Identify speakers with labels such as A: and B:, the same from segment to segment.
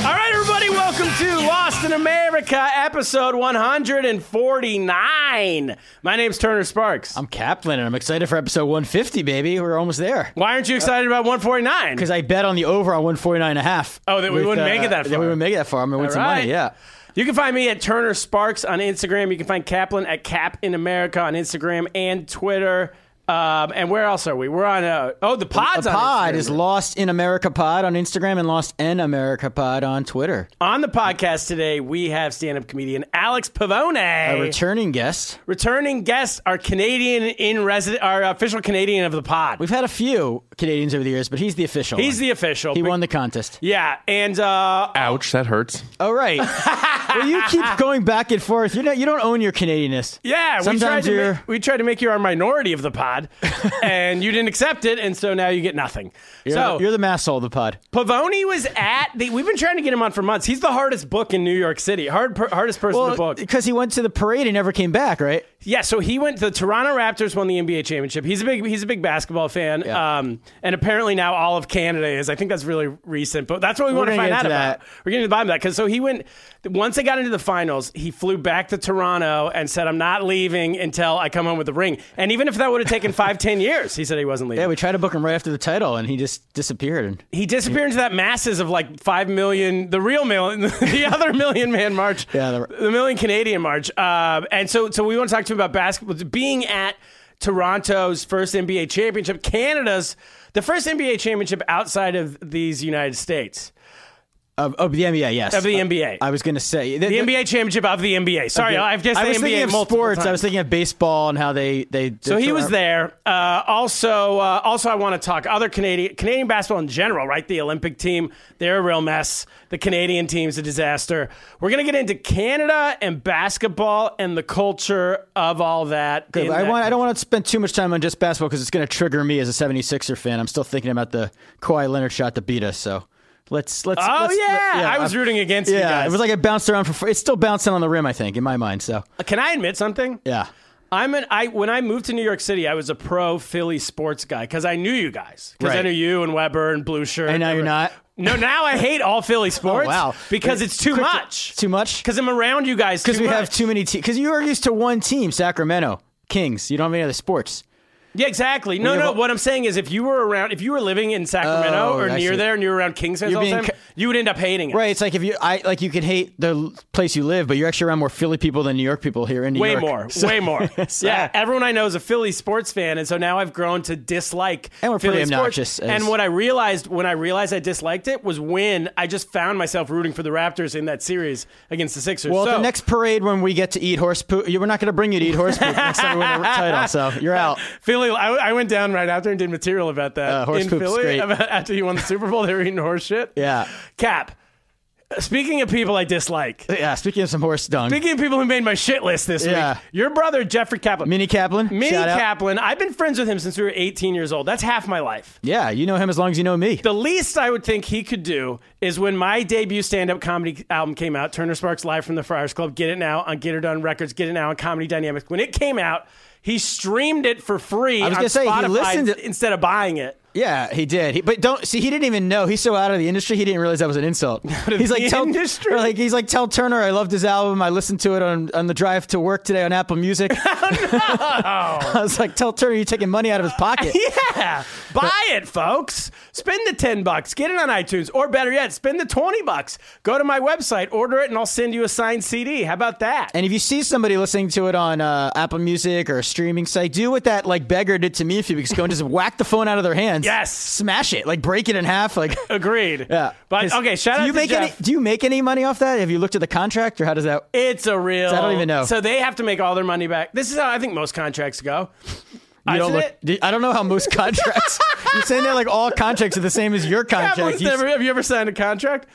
A: All right, everybody, welcome to Lost in America, episode 149. My name's Turner Sparks.
B: I'm Kaplan, and I'm excited for episode 150, baby. We're almost there.
A: Why aren't you excited about 149?
B: Because I bet on the over on 149 and a half.
A: Oh, that we
B: with,
A: wouldn't
B: uh,
A: make it that
B: That
A: far.
B: we would make it that far. I'm going to win
A: All
B: some
A: right.
B: money, yeah.
A: You can find me at Turner Sparks on Instagram. You can find Kaplan at Cap in America on Instagram and Twitter. Um, and where else are we? We're on, uh, oh, the pod's
B: the
A: on
B: pod
A: Instagram.
B: is Lost in America Pod on Instagram and Lost in America Pod on Twitter.
A: On the podcast today, we have stand up comedian Alex
B: A
A: Pavone.
B: returning guest.
A: Returning guests are Canadian in resident, our official Canadian of the pod.
B: We've had a few Canadians over the years, but he's the official.
A: He's
B: one.
A: the official.
B: He won the contest.
A: Yeah, and uh,
C: Ouch, that hurts.
B: Oh, right. well, you keep going back and forth. You're not, you don't own your Canadianness.
A: yeah, we tried,
B: Sometimes
A: to
B: you're-
A: ma- we tried to make you our minority of the pod, and you didn't accept it, and so now you get nothing.
B: You're,
A: so
B: you're the mass soul of the pod.
A: Pavone was at the. We've been trying to get him on for months. He's the hardest book in New York City. Hard per, hardest person to book.
B: because he went to the parade and never came back, right?
A: Yeah, so he went. The Toronto Raptors won the NBA championship. He's a big he's a big basketball fan.
B: Yeah.
A: Um, and apparently now all of Canada is. I think that's really recent, but that's what we want to
B: gonna
A: find
B: get
A: out
B: into
A: about.
B: that.
A: We're getting to the bottom of that because so he went. Once they got into the finals, he flew back to Toronto and said, "I'm not leaving until I come home with the ring." And even if that would have taken five, ten years, he said he wasn't leaving.
B: Yeah, we tried to book him right after the title, and he just disappeared. And
A: he disappeared into that masses of like five million, the real million, the other million man march,
B: Yeah, the-
A: the million Canadian march. Uh, and so, so we want to talk to him about basketball being at Toronto's first NBA championship, Canada's the first NBA championship outside of these United States
B: of, of the NBA, yes,
A: of the NBA.
B: I was gonna say
A: the NBA championship of the NBA. Sorry, I've just
B: I
A: said
B: was
A: NBA
B: thinking of
A: multiple
B: sports. I
A: times.
B: was thinking of baseball and how they they.
A: So he was there. Uh, also, uh, also I want to talk other Canadian Canadian basketball in general, right? The Olympic team, they're a real mess. The Canadian team's a disaster. We're gonna get into Canada and basketball and the culture of all that.
B: Good,
A: in
B: but I
A: that-
B: want. I don't want to spend too much time on just basketball because it's going to trigger me as a 76er fan. I'm still thinking about the Kawhi Leonard shot to beat us. So let's let's.
A: Oh,
B: let's- let-
A: yeah. I was
B: I'm-
A: rooting against you
B: Yeah,
A: guys.
B: it was like it bounced around for. four- It's still bouncing on the rim, I think, in my mind. So
A: Can I admit something?
B: yeah,
A: I'm an I when I moved to New York City, I was a pro Philly sports guy because I knew you guys because I
B: Right.
A: knew you and Weber and Blue Shirt.
B: and now you're not. Oh,
A: No, now I hate all Philly sports.
B: wow.
A: because it's too
B: Quick-
A: much.
B: Too much.
A: Because I'm around you guys.
B: Because
A: too
B: we
A: much.
B: have too many teams. Because you are used to one team, Sacramento Kings. You don't have any other sports.
A: Yeah, exactly. No,
B: have
A: no.
B: all-
A: What I'm saying is, if you were around, if you were living in Sacramento
B: Oh,
A: or
B: I
A: near
B: see.
A: there, and you were around Kings fans
B: You're
A: all the
B: being
A: time,
B: ca-
A: you would end up hating it.
B: Right. It's like if you, I like you could hate the l- place you live, but you're actually around more Philly people than New York people here in New
A: Way
B: York.
A: more,
B: So-
A: way more.
B: So-
A: yeah, everyone I know is a Philly sports fan, and so now I've grown to dislike.
B: And we're pretty
A: Philly sports.
B: obnoxious as-
A: And what I realized when I realized I disliked it was when I just found myself rooting for the Raptors in that series against the Sixers.
B: Well,
A: so,
B: at the next parade when we get to eat horse poop, you- we're not going to bring you to eat horse poop next time we win a title. So you're out.
A: Philly, I, I went down right after and did material about that
B: Uh, horse
A: in
B: poop's
A: Philly
B: great.
A: about- after you won the Super Bowl. They were eating horse shit.
B: Yeah.
A: Cap, Speaking of people I dislike,
B: Yeah, speaking of some horse dung,
A: speaking of people who made my shit list this
B: Yeah.
A: week, your brother Jeffrey Kaplan.
B: Mini Kaplan.
A: Minnie
B: shout out.
A: Kaplan. I've been friends with him since we were 18 years old. That's half my life.
B: Yeah, you know him as long as you know me.
A: The least I would think he could do is when my debut stand up comedy album came out, Turner Sparks Live from the Friars Club, Get It Now on Get It Done Records, Get It Now on Comedy Dynamics. When it came out, he streamed it for free
B: I was
A: on
B: gonna say, he
A: Spotify
B: listened to-
A: instead of buying it.
B: Yeah, he did. He, but don't see, he didn't even know. He's so out of the industry, he didn't realize that was an insult. He's like,
A: the
B: tell,
A: industry?
B: or like he's like, tell Turner, I loved his album. I listened to it on, on the drive to work today on Apple Music.
A: Oh,
B: I was like, tell Turner, you're taking money out of his pocket.
A: Yeah, buy it, folks. Spend the 10 bucks, get it on iTunes, or better yet, spend the 20 bucks. Go to my website, order it, and I'll send you a signed CD. How about that?
B: And if you see somebody listening to it on uh, Apple Music or a streaming site, do what that like beggar did to me a few weeks ago and just whack the phone out of their hands.
A: Yes.
B: smash it, like break it in half, like.
A: Agreed.
B: Yeah,
A: But
B: 'Cause
A: okay, shout
B: do
A: out
B: you
A: to
B: make
A: Jeff.
B: Any, do you make any money off that? Have you looked at the contract, or how does that?
A: It's a real.
B: I don't even know.
A: So they have to make all their money back. This is how I think most contracts go.
B: You don't
A: Isn't
B: look.
A: it?
B: I don't know how most contracts. you're saying that like all contracts are the same as your contract.
A: Kaplan's
B: You-
A: never- have you ever signed a contract?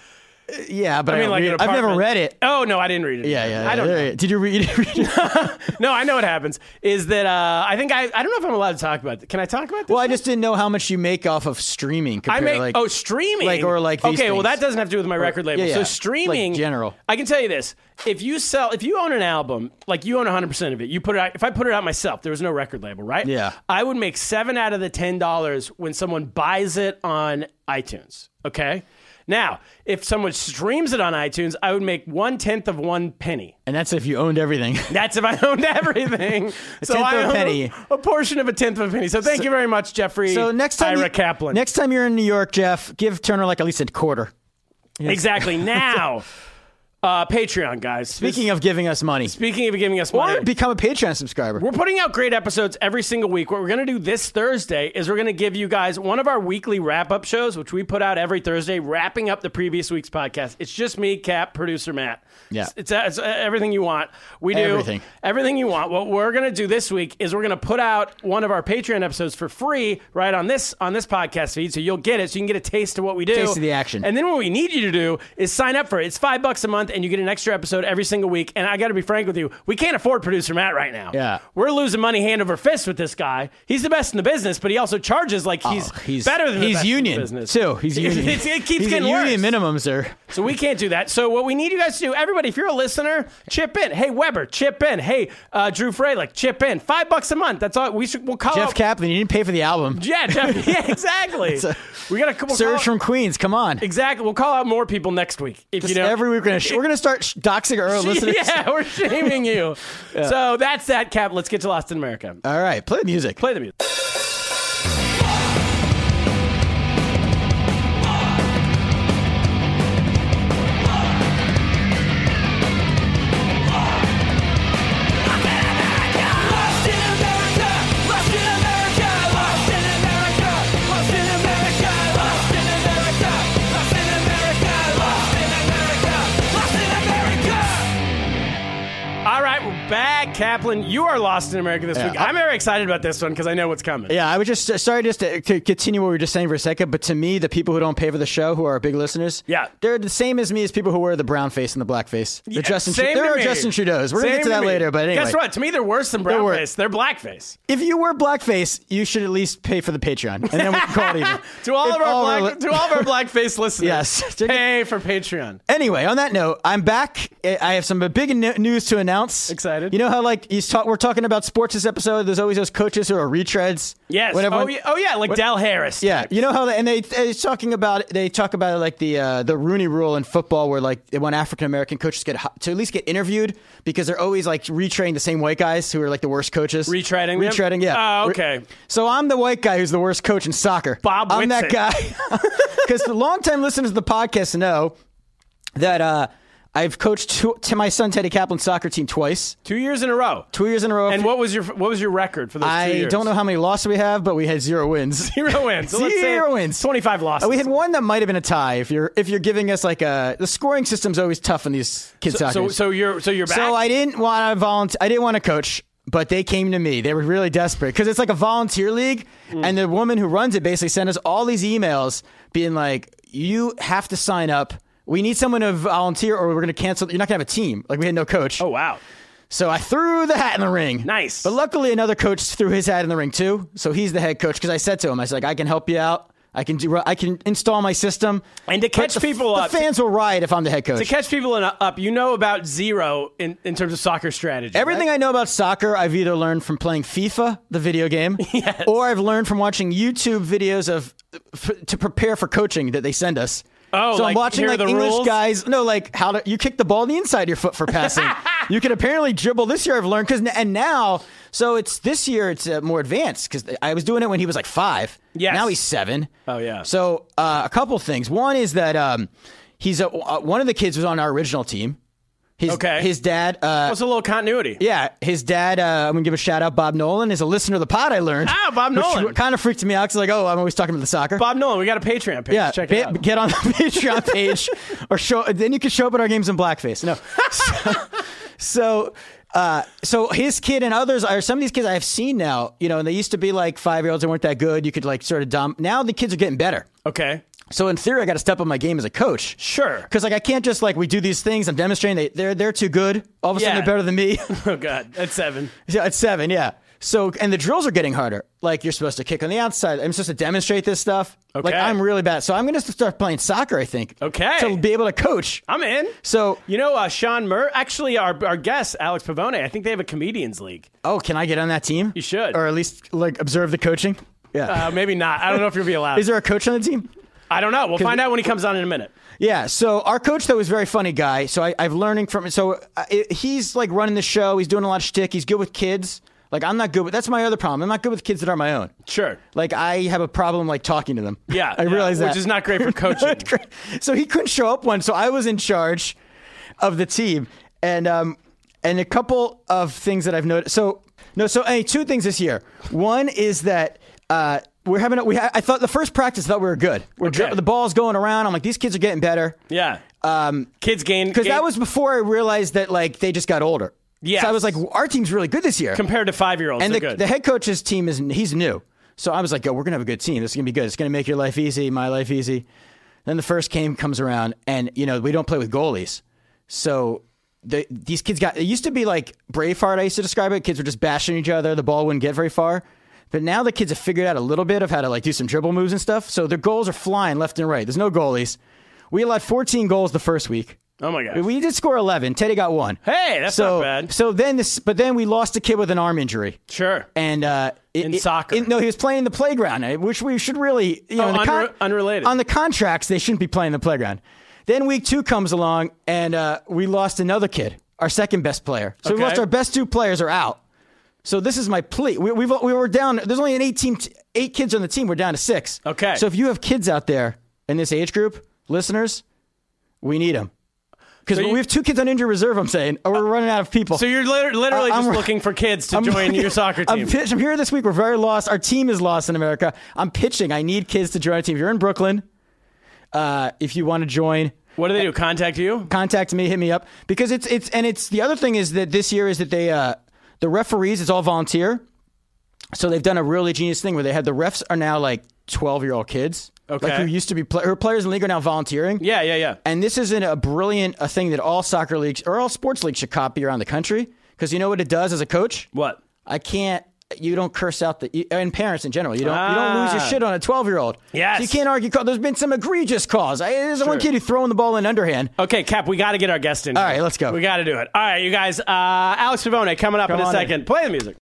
B: yeah, but I
A: I mean,
B: don't
A: like
B: read
A: an
B: it. I've never
A: apartment.
B: read it.
A: Oh no, I didn't read it.
B: Yeah, yeah.
A: I don't.
B: there
A: Know.
B: it- Did you read? Did you read it?
A: No, I know what happens. Is that uh, I think I I don't know if I'm allowed to talk about. This. Can I talk about this?
B: well, I just didn't know how much you make off of streaming.
A: I
B: Compared,
A: make
B: like,
A: oh streaming
B: like- or like
A: okay
B: these
A: well
B: things.
A: that doesn't have to do with my record label
B: yeah, yeah.
A: so
B: Like
A: streaming
B: general.
A: I can tell you this if you sell if you own an album like you own 100 percent of it you put it out if I put it out myself there was no record label right
B: Yeah.
A: I would make seven out of the ten dollars when someone buys it on iTunes okay now if someone streams it on iTunes I would make one tenth of one penny
B: and that's if you owned everything.
A: that's if I owned everything so
B: tenth
A: I
B: of a
A: own
B: penny.
A: a portion of a tenth of a penny so thank you very much Jeffrey
B: so next time,
A: Ira
B: you,
A: Kaplan
B: Next time you're in New York, Jeff, give Turner like at least a quarter.
A: Exactly. Now, uh, Patreon, guys.
B: Speaking of giving us money,
A: speaking of giving us
B: or
A: money,
B: become a Patreon subscriber.
A: we're putting out great episodes every single week. What we're going to do this Thursday is we're going to give you guys one of our weekly wrap up shows, which we put out every Thursday, wrapping up the previous week's podcast. It's just me, Cap, producer Matt.
B: Yeah.
A: It's, it's, it's uh, everything you want. We do
B: Everything.
A: everything you want. What we're going to do this week is we're going to put out one of our Patreon episodes for free right on this on this podcast feed, so you'll get it, so you can get a taste of what we do,
B: Taste of the action.
A: And then what we need you to do is sign up for it. It's five bucks a month, and you get an extra episode every single week. And I got to be frank with you, we can't afford producer Matt right now.
B: Yeah.
A: we're losing money hand over fist with this guy. He's the best in the business, but he also charges like he's,
B: Oh, he's
A: better than the
B: he's
A: best in the
B: union
A: business
B: too. He's union.
A: It's- it keeps
B: he's
A: getting
B: a
A: worse.
B: union minimum, sir.
A: So we can't do that. So what we need you guys to do, everybody, if you're a listener, chip in. Hey Weber, chip in. Hey uh, Drew Freilich, chip in. Five bucks a month. That's all. We should. We'll call
B: Jeff
A: out-
B: Kaplan, you didn't pay for the album.
A: Yeah, Oh. Jeff. Yeah, exactly.
B: a-
A: we got to we'll call
B: Surge
A: out-
B: from Queens, come on.
A: Exactly. We'll call out more people next week. If
B: Just
A: you know,
B: every week we're gonna sh- we're gonna start sh- doxing our own listeners.
A: Yeah, we're shaming you. So that's that cap. Let's get to Lost in America.
B: All right, play the music.
A: Play the music. All right, we're back, Kaplan. You are Lost in America this
B: Yeah.
A: week. I'm very excited about this one because I know what's coming.
B: Yeah, I was just uh, sorry just to, to continue what we were just saying for a second, but to me, the people who don't pay for the show, who are our big listeners,
A: Yeah.
B: they're the same as me as people who wear the brown face and the black face. They're Justin, Tru-
A: same
B: they're
A: to
B: our
A: me.
B: Justin Trudeau's. We're gonna
A: Same
B: get
A: to
B: to that
A: me.
B: later, but anyway,
A: Guess what? To me, they're worse than
B: They're
A: brown
B: worse.
A: face. They're blackface.
B: if you wear blackface, you should at least pay for the Patreon, and then we can call it even.
A: To all
B: If
A: of our black,
B: li-
A: to all of our blackface listeners,
B: Yes.
A: pay for Patreon.
B: Anyway, on that note, I'm back. I I have some big no- news to announce.
A: Excited.
B: You know how like you talk, we're talking about sports this episode. There's always those coaches who are retreads.
A: Yes.
B: When everyone-
A: oh, yeah, oh yeah, like Dal Harris.
B: Yeah, you know how they, and they it's talking about they talk about like the uh, the Rooney rule in football where like they want African American coaches get hi- to at least get interviewed because they're always like retreading the same white guys who are like the worst coaches.
A: Retreading them?
B: retreading. Yeah.
A: Oh, okay.
B: So I'm the white guy who's the worst coach in soccer.
A: Bob
B: I'm that
A: Whitsitt.
B: guy because the longtime listeners of the podcast know that uh, I've coached two, to my son Teddy Kaplan's soccer team twice,
A: two years in a row.
B: two years in a row.
A: And what was your what was your record for those?
B: I
A: two years?
B: don't know how many losses we have, but we had zero wins.
A: Zero wins. So let's say
B: Zero wins.
A: Twenty-five losses.
B: Uh, We had one that might have been a tie. If you're if you're giving us like a the scoring system's always tough in these kids soccer.
A: So so you're so you're back.
B: So I didn't want to volunteer. I didn't want to coach, but they came to me. They were really desperate because it's like a volunteer league,
A: Mm.
B: and the woman who runs it basically sent us all these emails being like, "You have to sign up." we need someone to volunteer or we're going to cancel. You're not going to have a team. Like we had no coach.
A: Oh wow.
B: So I threw the hat in the ring.
A: Nice.
B: But luckily, another coach threw his hat in the ring too. So he's the head coach because I said to him, I was like, I can help you out. I can do. I can install my system.
A: And to
B: But
A: catch
B: the,
A: people
B: the
A: up-
B: fans will riot if I'm the head coach.
A: To catch people in, up, you know about zero in, in terms of soccer strategy.
B: Everything
A: right?
B: I know about soccer, I've either learned from playing FIFA, the video game, or I've learned from watching YouTube videos of f- to prepare for coaching that they send us.
A: Oh,
B: so I'm
A: like,
B: watching
A: here are
B: like
A: the
B: English
A: rules?
B: guys. No, like how to you kick the ball on the inside of your foot for passing. you can apparently dribble. This year I've learned because and now so it's this year it's uh, more advanced because I was doing it when he was like five.
A: Yes.
B: Now he's seven.
A: Oh, yeah.
B: So uh, a couple things. One is that um, he's a, uh, one of the kids was on our original team. His,
A: Okay.
B: His dad. Uh,
A: What's a little continuity?
B: yeah, his dad. Uh, I'm gonna give a shout out. Bob Nolan is a listener of the pod. I learned.
A: Ah, Bob Nolan.
B: Kind of freaked me out. 'cause, like, oh, I'm always talking about the soccer.
A: Bob Nolan, we got a Patreon page.
B: yeah,
A: check
B: ba-
A: it out.
B: get on the Patreon page, or show. Then you can show up at our games in blackface. No, so, so, uh, so his kid and others are some of these kids I have seen now. You know, and they used to be like five year olds that weren't that good. You could like sort of dumb. Now the kids are getting better.
A: okay,
B: So in theory, I got to step up my game as a coach.
A: sure.
B: Because like I can't just like we do these things. I'm demonstrating they they're they're too good. All of a sudden
A: Yeah.
B: they're better than me.
A: Oh god, at seven.
B: Yeah, at seven, yeah. So and the drills are getting harder. Like you're supposed to kick on the outside. I'm supposed to demonstrate this stuff. Like
A: Okay.
B: I'm really bad. So I'm gonna start playing soccer, I think.
A: Okay.
B: To be able to coach.
A: I'm in.
B: So
A: You know, uh, Sean Mur. Actually, our our guest Alex Pavone. I think they have a comedians league.
B: oh, can I get on that team? You
A: should.
B: Or at least like observe the coaching. Yeah.
A: Uh, maybe not. I don't know if you'll be allowed.
B: Is there a coach on the team?
A: I don't know. We'll find out when he comes on in a minute.
B: Yeah. So our coach though is a very funny guy. So I, I've learning from. So uh, it, he's like running the show. He's doing a lot of shtick. He's good with kids. Like I'm not good with. That's my other problem. I'm not good with kids that are my own.
A: Sure.
B: Like I have a problem like talking to them.
A: Yeah,
B: I
A: yeah,
B: realize that,
A: which is not great for coaching.
B: Not great. so he couldn't show up one, so I was in charge of the team, and um, and a couple of things that I've noticed. So no, so hey, two things this year. One is that uh, we're having a, we. Ha- I thought the first practice I thought we were good. We're
A: Okay.
B: dri- the ball's going around. I'm like these kids are getting better.
A: Yeah. Um, Kids gain
B: Because
A: gain-
B: that was before I realized that like they just got older.
A: Yes.
B: So I was like, our team's really good this year.
A: compared to five year olds.
B: and
A: they're
B: the,
A: Oh, good.
B: the head coach's team is he's new. So I was like, oh, we're gonna have a good team. This is gonna be good. It's gonna make your life easy, my life easy. Then the first game comes around, and you know we don't play with goalies. So the, these kids got. It used to be like Braveheart. I used to describe it. Kids were just bashing each other. The ball wouldn't get very far. But now the kids have figured out a little bit of how to like do some dribble moves and stuff. So their goals are flying left and right. There's no goalies. We allowed 14 goals the first week.
A: oh my god.
B: We did score 11. Teddy got one.
A: Hey, that's
B: so,
A: not bad.
B: So then this, but then we lost a kid with an arm injury
A: sure.
B: and uh, it-
A: In
B: it-
A: soccer.
B: it- no, he was playing the playground, eh, which we should really, you know,
A: Oh,
B: in the
A: unre- unrelated.
B: on the contracts they shouldn't be playing the playground. Then week two comes along, and uh, we lost another kid, our second best player. So we
A: Okay.
B: lost our best two players are out. So this is my plea. We, we've, we were down. There's only an eight team, eight kids on the team. We're down to six.
A: Okay.
B: So if you have kids out there in this age group, listeners, we need them because
A: you- Uh,
B: we have two kids on injured reserve. I'm saying, or we're running out of people.
A: so you're liter- literally
B: I- I'm
A: just
B: re-
A: looking for kids to
B: I'm
A: join
B: looking-
A: your soccer
B: I'm
A: team.
B: pitch- I'm here this week. We're very lost. Our team is lost in America. I'm pitching. I need kids to join our team. If you're in Brooklyn, uh, if you want to join,
A: what do they do? Contact you?
B: contact me. Hit me up because it's it's and it's the other thing is that this year is that they uh, the referees it's all volunteer, so they've done a really genius thing where they had the refs are now like 12 year old kids, like
A: Okay.
B: who used to be pla- or players in the league are now volunteering.
A: Yeah, yeah, yeah.
B: And this isn't a brilliant a thing that all soccer leagues or all sports leagues should copy around the country because you know what it does as a coach.
A: What?
B: I can't. You don't curse out the you- and parents in general. You don't. You don't lose your
A: Ah.
B: shit on a twelve year old.
A: Yes.
B: you can't argue. Call. There's been some egregious calls. I, there's one kid who throwing the ball in underhand.
A: Okay, Cap, we got to get our guest in.
B: All
A: here.
B: right, let's go.
A: Oh. We got to do it. All right, you guys. Uh, Alex Pavone coming up in
B: Come
A: a
B: on in.
A: second. Play the music.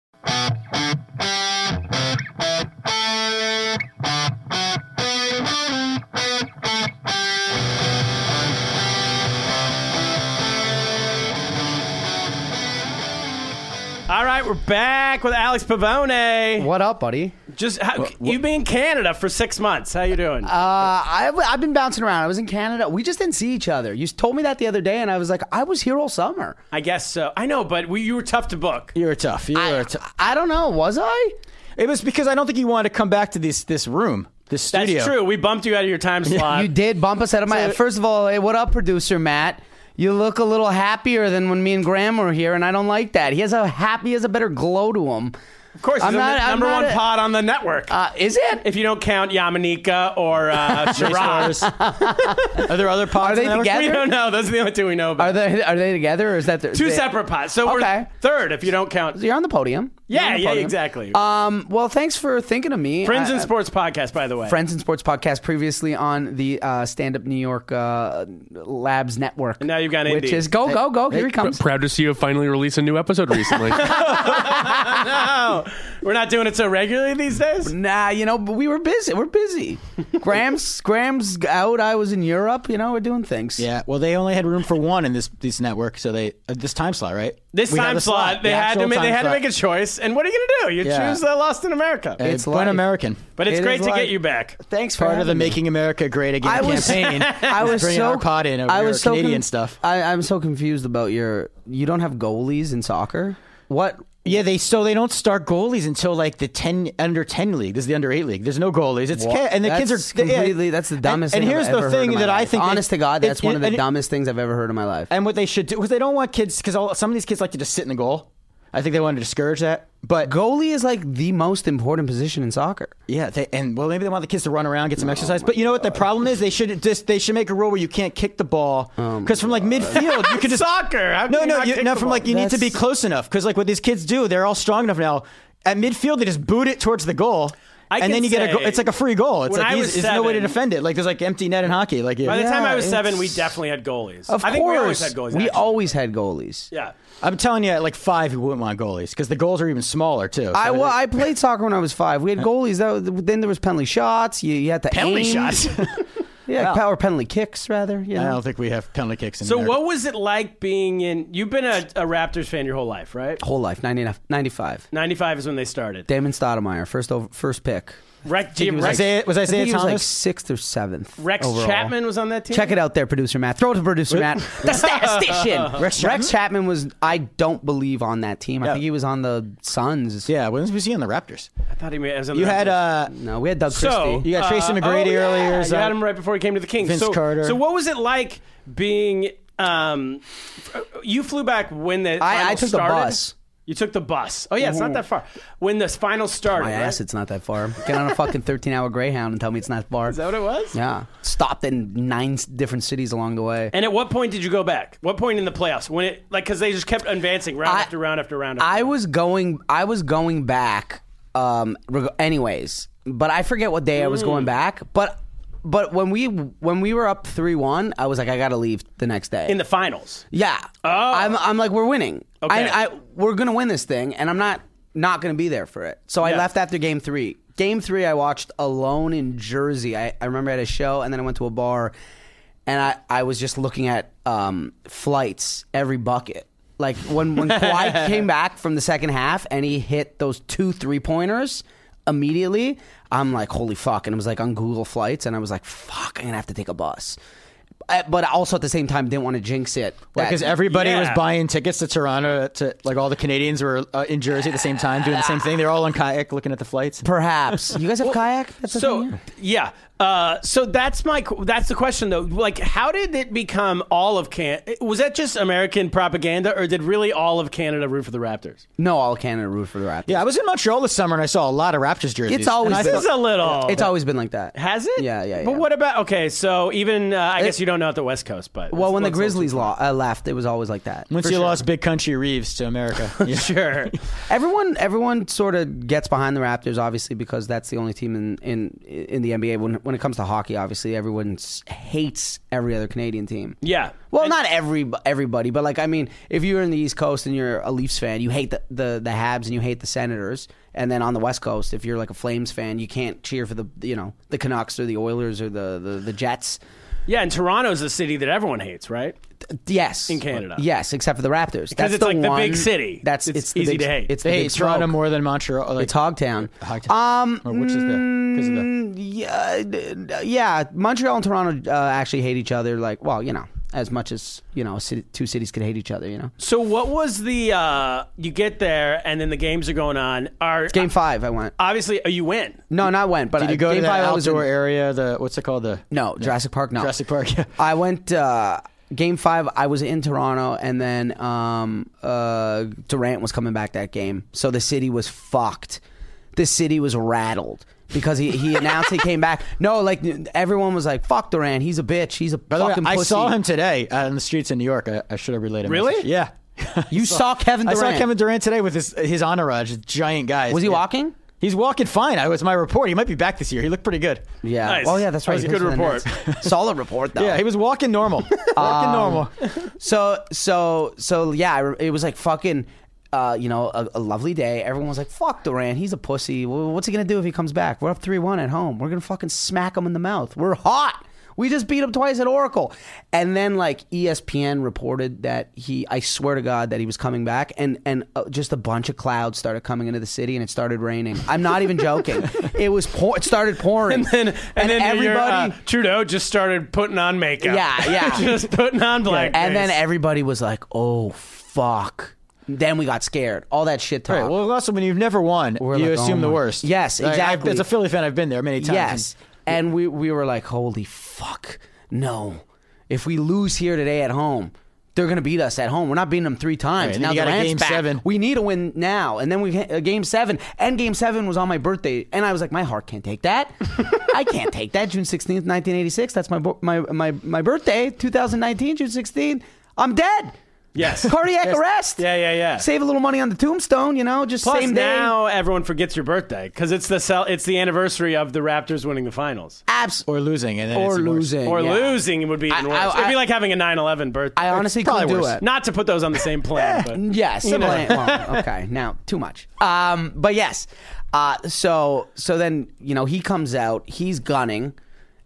A: All right, we're back with Alex Pavone.
C: What up, buddy?
A: Just how, you've been in Canada for six months. How you doing?
C: Uh, I've, I've been bouncing around. I was in Canada. We just didn't see each other. You told me that the other day, and I was like, I was here all summer.
A: I guess so. I know, but we, you were tough to book.
B: You're tough. You're
C: I,
B: tough.
C: I don't know. Was I?
B: It was because I don't think he wanted to come back to this this room, this
A: That's
B: studio.
A: true. We bumped you out of your time slot.
C: you did bump us out of my. first of all, hey, what up, producer Matt? You look a little happier than when me and Graham were here, and I don't like that. He has a happy, he has a better glow to him.
A: Of course,
C: I'm
A: he's on
C: not-
A: the
C: I'm
A: number
C: not
A: one
C: a-
A: pod on the network.
C: Uh, is it?
A: if you don't count Yamanika or uh, Shiraz,
B: Are there other pods?
C: Are they
B: in the network?
C: together?
A: we don't know. Those are the only two we know about.
C: Are they are they together or is that the,
A: two
C: they-
A: separate pods? So
C: Okay.
A: we're third if you don't count.
C: You're on the podium. You're on
A: Yeah,
C: the
A: yeah,
C: podium.
A: exactly.
C: Um, well, thanks for thinking of me.
A: Friends
C: I-
A: and
C: I-
A: Sports podcast, by the way.
C: uh, Friends and Sports podcast previously on the uh, Stand Up New York uh, Labs Network.
A: now you've got
C: which
A: Indy.
C: is go go go. Here he comes.
D: Proud to see you finally release a new episode recently.
A: no, we're not doing it so regularly these days.
C: Nah, you know, but we were busy. We're busy. Graham's Graham's out. I was in Europe. You know, we're doing things.
B: Yeah, well, they only had room for one in this this network, so they uh, this time slot, right?
A: This
B: We have
A: time
B: the
A: slot, they
B: the
A: had to
B: actual
A: make, they
B: time
A: had to
B: slot.
A: make a choice. And what are you going to do? You
B: Yeah.
A: choose uh, Lost in America.
B: Uh,
C: It's
B: Born
C: life.
B: American.
A: but it's
C: it
A: great
C: is
A: to
C: like-
A: get you back.
C: Thanks for
B: part of
C: having
B: the
C: me.
B: making America great again
C: I was-
B: campaign.
C: I
B: is
C: was
B: bringing
C: so
B: our pod in over
C: I
B: here,
C: was so
B: Canadian
C: con-
B: stuff.
C: I, I'm so confused about your. You don't have goalies in soccer. What?
B: Yeah, they so they don't start goalies until like the ten under ten league. This is the under eight league. There's no goalies. It's
C: Wha-
B: ca- and the kids
C: that's
B: are they- yeah.
C: completely. That's the dumbest.
B: And,
C: thing
B: and here's
C: I've ever
B: the
C: heard in
B: thing
C: my
B: that I
C: life.
B: think,
C: honest to God,
B: it-
C: that's one of the
B: and-
C: dumbest things I've ever heard in my life.
B: And what they should do because they don't want kids because some of these kids like to just sit in the goal. I think they want to discourage that. But
C: goalie is like the most important position in soccer.
B: Yeah, they, and well, maybe they want the kids to run around,
C: Oh
B: get some exercise. But you know what? The problem is they should just they should make a rule where you can't kick the ball
C: Oh
B: because from like midfield you can just
A: Soccer. How can
B: no
A: you
B: no
A: not
B: you,
A: kick
B: no
A: the
B: from
A: ball?
B: like you need to be
C: That's-
B: close enough because like what these kids do they're all strong enough now at midfield they just boot it towards the goal.
A: I
B: and
A: can
B: then you get a
A: say,
B: goal. It's like a free goal. It's
A: when
B: like
A: I
B: easy,
A: was
B: there's no way to
A: seven-
B: defend it. Like there's like empty net in hockey. Like
A: By the time I was
B: yeah,
A: seven, we
B: it's-
A: definitely had goalies.
C: Of
A: I think
C: course,
A: we always had goalies.
C: We
A: actually.
C: always had goalies.
A: Yeah.
B: I'm telling you, at like five, you wouldn't want goalies because the goals are even smaller too. So
C: I,
B: it-
C: well, I played soccer when I was five. We had goalies. That, was- then there was penalty shots. You, you had to
A: Penalty
C: aim.
A: shots.
C: Yeah, power penalty kicks rather. You
B: I
C: know?
B: don't think we have penalty kicks. In
A: So
B: America.
A: what was it like being in? You've been a, a Raptors fan your whole life, right?
C: whole life 99 95.
A: 95 is when they started.
C: Damon Stoudemire, first over, first pick.
A: Rex,
C: He
A: Rex,
C: like-
B: Isaiah- was
C: I think
B: Isaiah
C: he was like
B: Thomas?
C: sixth or seventh.
A: Rex
C: overall.
A: Chapman was on that team.
C: Check it out there, producer Matt. Throw it to producer Matt. The statistician. Rex, Chapman? was, I don't believe, on that team. I
B: Yeah.
C: think he was on the Suns.
B: Yeah, when was he on the Raptors?
A: I thought he was on
B: You
A: the
B: had
A: Raptors.
B: uh,
C: No, we had Doug Christie.
A: so
B: You got Tracy
A: uh,
B: McGrady
A: oh, yeah.
B: earlier,
A: You
B: so-
A: had him right before he came to the Kings.
B: Vince
A: so,
B: Carter.
A: So what was it like being? Um, f- you flew back when the
C: I- I
A: finals
C: took the
A: started?
C: bus.
A: You took the bus. Oh yeah, it's
B: Mm-hmm.
A: not that far. When this final started,
C: My
A: right?
C: ass, it's not that far. Get on a fucking 13 hour Greyhound and tell me it's not far.
A: is that what it was?
C: Yeah. Stopped in nine s- different cities along the way.
A: And at what point did you go back? What point in the playoffs? When it like because they just kept advancing round
C: I-
A: after round after round. After
C: I
A: round.
C: was going. I was going back. Um. reg- Anyways, but I forget what day I was
A: Mm.
C: going back. But but when we when we were up three one, I was like, I gotta leave the next day.
A: in the finals.
C: yeah. Oh. I'm I'm like, we're winning.
A: Okay.
C: I, I we're gonna win this thing, and I'm not not gonna be there for it. So I
A: Yeah.
C: left after game three. Game three, I watched Alone in Jersey. I, I remember I had a show, and then I went to a bar, and I, I was just looking at um, flights every bucket. Like when when Kawhi came back from the second half and he hit those two three pointers immediately, I'm like, holy fuck! And it was like on Google Flights, and I was like, fuck, I'm gonna have to take a bus. I- But also at the same time, didn't want to jinx it.
B: because
C: That-
B: everybody was
A: Yeah.
B: buying tickets to Toronto. To like all the Canadians were uh, in Jersey at the same time doing the same thing. They're all on kayak looking at the flights.
C: Perhaps you guys have kayak. That's a
A: So
C: thing?
A: yeah, uh, so that's my qu- that's the question though. Like, how did it become all of Can? Was that just American propaganda, or did really all of Canada root for the Raptors?
C: no, all Canada root for the Raptors.
B: Yeah, I was in Montreal this summer and I saw a lot of Raptors jerseys.
C: It's always
B: And I
C: the-
B: thought-
A: This is a little.
C: it's always been like that.
A: has it?
C: Yeah, yeah.
A: But
C: yeah.
A: what about okay? So even uh, I guess you don't know at the West Coast, but
C: Well, when the
A: let's- let's-
C: Grizzlies lo- uh, left, it was always like that.
B: once
C: For
B: you
C: sure.
B: lost Big Country Reeves to America. Yeah.
A: sure.
C: Everyone, everyone sort of gets behind the Raptors, obviously, because that's the only team in in, in the NBA. When when it comes to hockey, obviously, everyone s- hates every other Canadian team.
A: Yeah.
C: Well,
A: And-
C: not every everybody, but like I mean, if you're in the East Coast and you're a Leafs fan, you hate the, the the Habs and you hate the Senators. And then on the West Coast, if you're like a Flames fan, you can't cheer for the you know the Canucks or the Oilers or the the, the Jets.
A: yeah, and Toronto's a city that everyone hates, right?
C: Yes, in
A: Canada.
C: Yes, except for the Raptors. That's
A: it's, like, the
C: one-
A: big city.
C: That's
A: It's
C: it's, the
A: easy
C: big-
A: to hate.
C: It's the
B: They
C: big
B: hate Toronto
C: stroke.
B: more than Montreal. Like,
C: It's Hogtown.
B: Hogtown.
C: Um,
B: or which is the because of the
C: Mm, yeah, d- d- yeah. Montreal and Toronto uh, actually hate each other. Like, well, you know, as much as you know, city, two cities could hate each other. You know,
A: So what was the uh, you get there and then the games are going on? Are
C: game five, I went.
A: obviously uh, you win?
C: No, not went. But
B: Did
C: uh,
B: you go to
C: game
B: the
C: five, I was in-
B: outdoor area? The what's it called? The
C: No, Jurassic Park. No,
B: Jurassic Park. Yeah.
C: I went. Uh, game five, I was in Toronto, and then um, uh, Durant was coming back that game, so the city was fucked. The city was rattled because he, he announced he came back. No, like everyone was like, "Fuck Durant, he's a bitch, he's a
B: By the way,
C: fucking."
B: I
C: pussy.
B: saw him today uh, on the streets in New York. I, I should have relayed him.
A: Really?
B: Yeah.
C: You saw Kevin
B: I
C: Durant.
B: saw Kevin Durant today with his his entourage, giant guys.
C: Was he
B: Yeah.
C: walking?
B: He's walking fine. I was my report. He might be back this year. He looked pretty good.
C: Yeah.
A: Nice.
C: Well, yeah, that's
A: That
C: right.
A: was a
C: He was
A: good
C: in the Nets. Solid report though.
B: Yeah, he was walking normal.
C: Um,
B: walking normal.
C: So so so yeah, I re- it was like fucking. Uh, you know, a, a lovely day. Everyone was like, "Fuck Durant, he's a pussy. Wh- What's he gonna do if he comes back? We're up three one at home. We're gonna fucking smack him in the mouth. We're hot. We just beat him twice at Oracle." And then like E ESPN reported that he, I swear to God, that he was coming back, and and uh, just a bunch of clouds started coming into the city, and it started raining. I'm not even joking. it was pour- it started pouring,
A: And then, and, then your,
C: everybody.
A: uh, Trudeau just started putting on makeup.
C: Yeah, yeah.
A: just putting on black.
C: And then everybody was like, "Oh fuck!" Then we got scared. All that shit talk.
B: Right. Well, also when you've never won,
C: We're
B: you
C: like,
B: assume
C: oh
B: the
C: my-
B: worst.
C: Yes,
B: Like, I-
C: exactly.
B: as a Philly fan, I've been there many times.
C: yes, and we we were like, "Holy fuck!" No, if we lose here today at home, they're gonna beat us at home. We're not beating them three times.
B: Right, and
C: now
B: then you got a
C: Durant's
B: game
C: back.
B: seven.
C: We need a win now, and then we uh, game seven, and game seven was on my birthday, and I was like, "My heart can't take that. I can't take that." June sixteenth, nineteen eighty six. That's my bo- my my my birthday, two thousand nineteen, June sixteenth. I'm dead.
A: yes,
C: Cardiac arrest.
A: Yeah, yeah, yeah.
C: Save a little money on the tombstone, you know, just
A: Plus
C: same day.
A: now everyone forgets your birthday because it's the cel- it's the anniversary of the Raptors winning the finals
C: Abs-
B: Or losing, and then
C: or
B: it's worse.
C: losing.
A: or
C: Uh, yeah.
A: losing. It would be even
C: I-
A: worse.
C: I-
A: It'd be
C: I-
A: like having a 9/11 birthday.
C: I honestly
B: probably
C: couldn't do
B: worse.
C: it.
A: Not to put those on the same plane, but
C: Yes.
A: You know.
C: well, okay. Now too much. Um, but yes. Uh, so so then you know he comes out. He's gunning.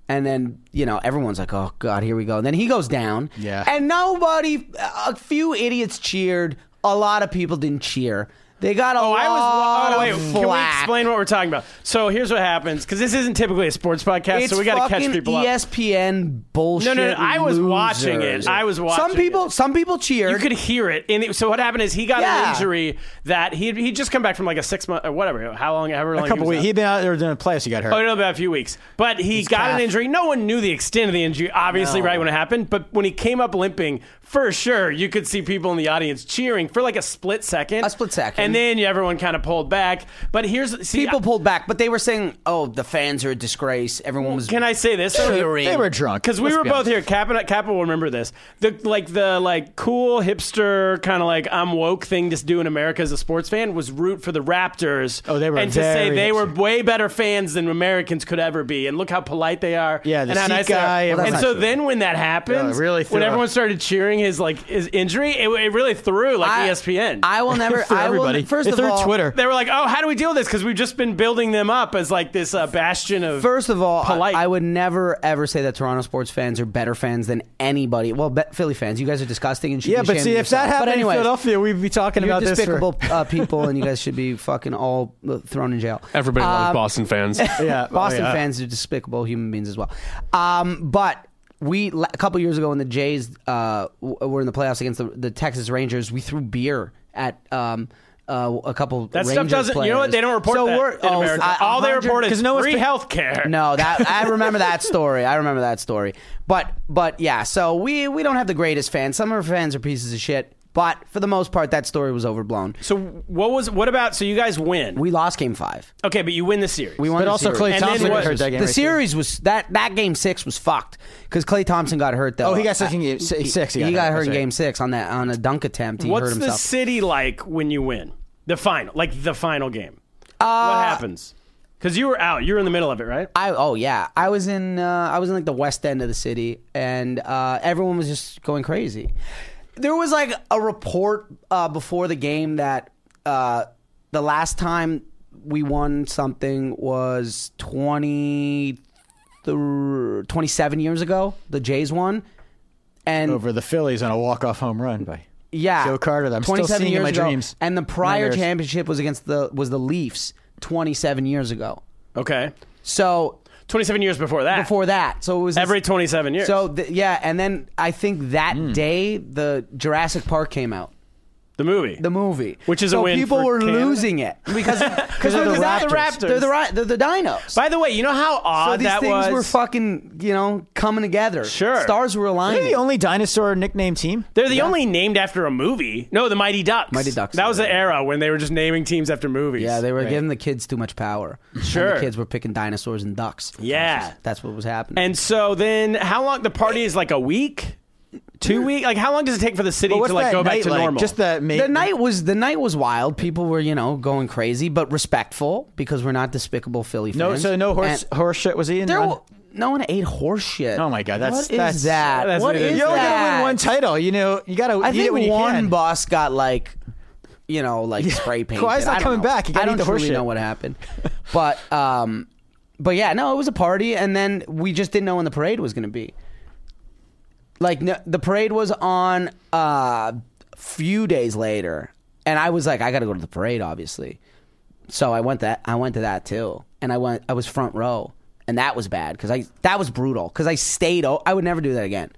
C: And then you know everyone's like, "Oh God, here we go." And then he goes down,
B: Yeah.
C: And nobody, a few idiots cheered. A lot of people didn't cheer. They got a
A: Oh, I was.
C: lot
A: Oh,
C: of
A: wait. Can we
C: flack.
A: explain what we're talking about? So here's what happens because this isn't typically a sports podcast,
C: It's
A: so we got to catch
C: fucking E
A: people up.
C: ESPN bullshit.
A: No, no, no, I was watching it.
C: losers.
A: I was watching
C: Some people,
A: it.
C: some people cheered.
A: You could e- hear it. And it- so what happened is he got
C: Yeah.
A: an injury that he he just come back from like a six month or whatever, how long, however
C: Oh,
A: long.
B: A couple
A: he was
B: weeks.
A: out.
B: He'd been out there doing playoffs. He got hurt.
A: Oh, no, about a few weeks. But he got
C: calf.
A: an injury. No one knew the extent of the injury, obviously, right when it happened. But when he came up limping, for sure, you could see people in the audience cheering for like a split second.
C: A split second.
A: And then everyone kind of pulled back. But here's see,
C: people
A: I-
C: pulled back, but they were saying, "Oh, the fans are a disgrace." Everyone was.
A: Can I say this?
C: Cheering.
B: They were drunk
A: Because we
B: Uh, Let's
A: were
B: be
A: both
B: honest.
A: here. Cap and Cap will remember this. The like the like cool hipster kind of like I'm woke thing to do in America as a sports fan was root for the Raptors.
B: Oh, they were
A: and to say
B: very
A: they were
B: hipster.
A: way better fans than Americans could ever be. And look how polite they are.
B: Yeah, the
A: and how
B: Sikh
A: nice they are.
B: guy,
A: And,
B: Well,
C: that's
A: so
C: not
A: then when that happens,
B: Yeah, it really
A: when
B: threw
A: everyone
B: up.
A: started cheering his like his injury, it, it really threw like E
C: I-
A: ESPN.
C: I will never.
B: For
C: I will,
B: everybody.
C: First
B: They
C: of
B: threw
C: all,
B: Twitter.
A: they were like, "Oh, how do we deal with this?" Because we've just been building them up as like this uh, bastion of
C: First of all, I,
A: polite.
C: I would never ever say that Toronto sports fans are better fans than anybody. Well, be- Philly fans, you guys are disgusting and should
B: Yeah,
C: be
B: but
C: ashamed
B: see,
C: of
B: if that
C: yourself.
B: happened
C: but anyways,
B: in Philadelphia, we'd be talking
C: you're
B: about this. for-
C: despicable uh, people, and you guys should be fucking all uh, thrown in jail.
D: Everybody
C: Um,
D: loves Boston fans.
A: Uh,
B: yeah,
C: Boston
B: oh, yeah.
C: fans are despicable human beings as well. Um, but we la- a couple years ago when the Jays uh, w- were in the playoffs against the, the Texas Rangers, we threw beer at um, uh, a couple.
A: That
C: Rangers
A: stuff doesn't.
C: Players.
A: You know what? They don't report
C: so
A: that
C: we're,
A: in
C: oh,
A: America.
C: I-
A: All they
C: 100
A: report is
B: 'cause no one's
A: free
B: pay-
A: health care.
C: No, that I remember that story. I remember that story. But but yeah, so we we don't have the greatest fans. Some of our fans are pieces of shit. But for the most part, that story was overblown.
A: So what was what about? So you guys win.
C: We lost game five.
A: okay, but you win the series.
C: We won
B: But
C: the
B: also
C: series.
B: Klay
A: And
B: Thompson
A: then
B: got
A: what-
B: hurt that game.
C: the
B: right?
C: series was that that game six was fucked because Clay Thompson got hurt though. Uh,
B: Oh, he got sick in game si- six.
C: He got, hurt
B: That's
C: in
B: right.
C: game six on that on a dunk attempt. He hurt
A: What's the
C: himself.
A: city like when you win the final? Like the final game.
C: Uh,
A: what happens? Because you were out. You were in the middle of it, right?
C: I oh yeah, I was in uh, I was in like the west end of the city, and uh, everyone was just going crazy. There was like a report uh, before the game that uh, the last time we won something was 20, th- 27 years ago. The Jays won, and
B: over the Phillies on a walk-off home run by
C: Yeah,
B: Joe Carter. that I'm still
C: 27
B: seeing in
C: years
B: my
C: ago.
B: dreams.
C: And the prior
B: Nightmares.
C: championship was against the was the Leafs 27 years ago.
A: Okay.
C: So
A: Twenty-seven years before that.
C: before that, so it was
A: Ah. every twenty-seven years.
B: Hmm.
C: So th- yeah, and then I think that day the Jurassic Park came out.
A: The movie.
C: the movie,
A: Which is a
C: so
A: win
C: people
A: for
C: were
A: Canada?
C: losing it because because
A: they're the Raptors.
C: They're the Ra- they're the Dinos.
A: By the way, you know how odd
C: so these
A: that
C: things
A: was.
C: were fucking you know coming together.
A: Sure.
C: stars were
B: They're
C: aligning.
B: the only dinosaur nickname team.
A: They're the only named after a movie. No, the Mighty Ducks.
C: Mighty Ducks,
A: That was
C: yeah.
A: the era when they were just naming teams after movies.
C: yeah, they were giving the kids too much power. And
A: Sure.
C: the kids were picking dinosaurs and ducks.
A: Yeah.
C: that's what was happening.
A: And so then, how long? The party is like a week, two week. Like how long does it take for the city
B: But
A: to
B: what's
A: like
B: that
A: go back
B: night
A: to
B: like?
A: normal?
B: Just that ma-
C: the night was the night was wild. People were you know going crazy, but respectful because we're not despicable Philly fans.
B: No, so no horse
C: And
B: horse shit was he in?
C: there,
B: on-
C: wa- no one ate horse shit.
B: Oh my God, that's-
C: what is
B: that's-
C: that?
A: that's-
C: what
A: that's-
C: is
A: You're
B: you only gotta
C: that?
B: win one title. You know, you gotta
C: I
B: eat
C: think
B: it when you
C: one
B: can.
C: boss got like, you know, like spray painted.
B: Kawhi's not
C: I don't
B: coming
C: know.
B: back. You gotta
C: I don't
B: eat the horse
C: truly
B: shit.
C: know what happened, but um, but yeah, no, it was a party, and then we just didn't know when the parade was going to be. Like no, the parade was on uh, a few days later, and I was like, I got to go to the parade, obviously. So I went that I went to that too, and I went. I was front row, and that was bad because I that was brutal because I stayed. O- I would never do that again.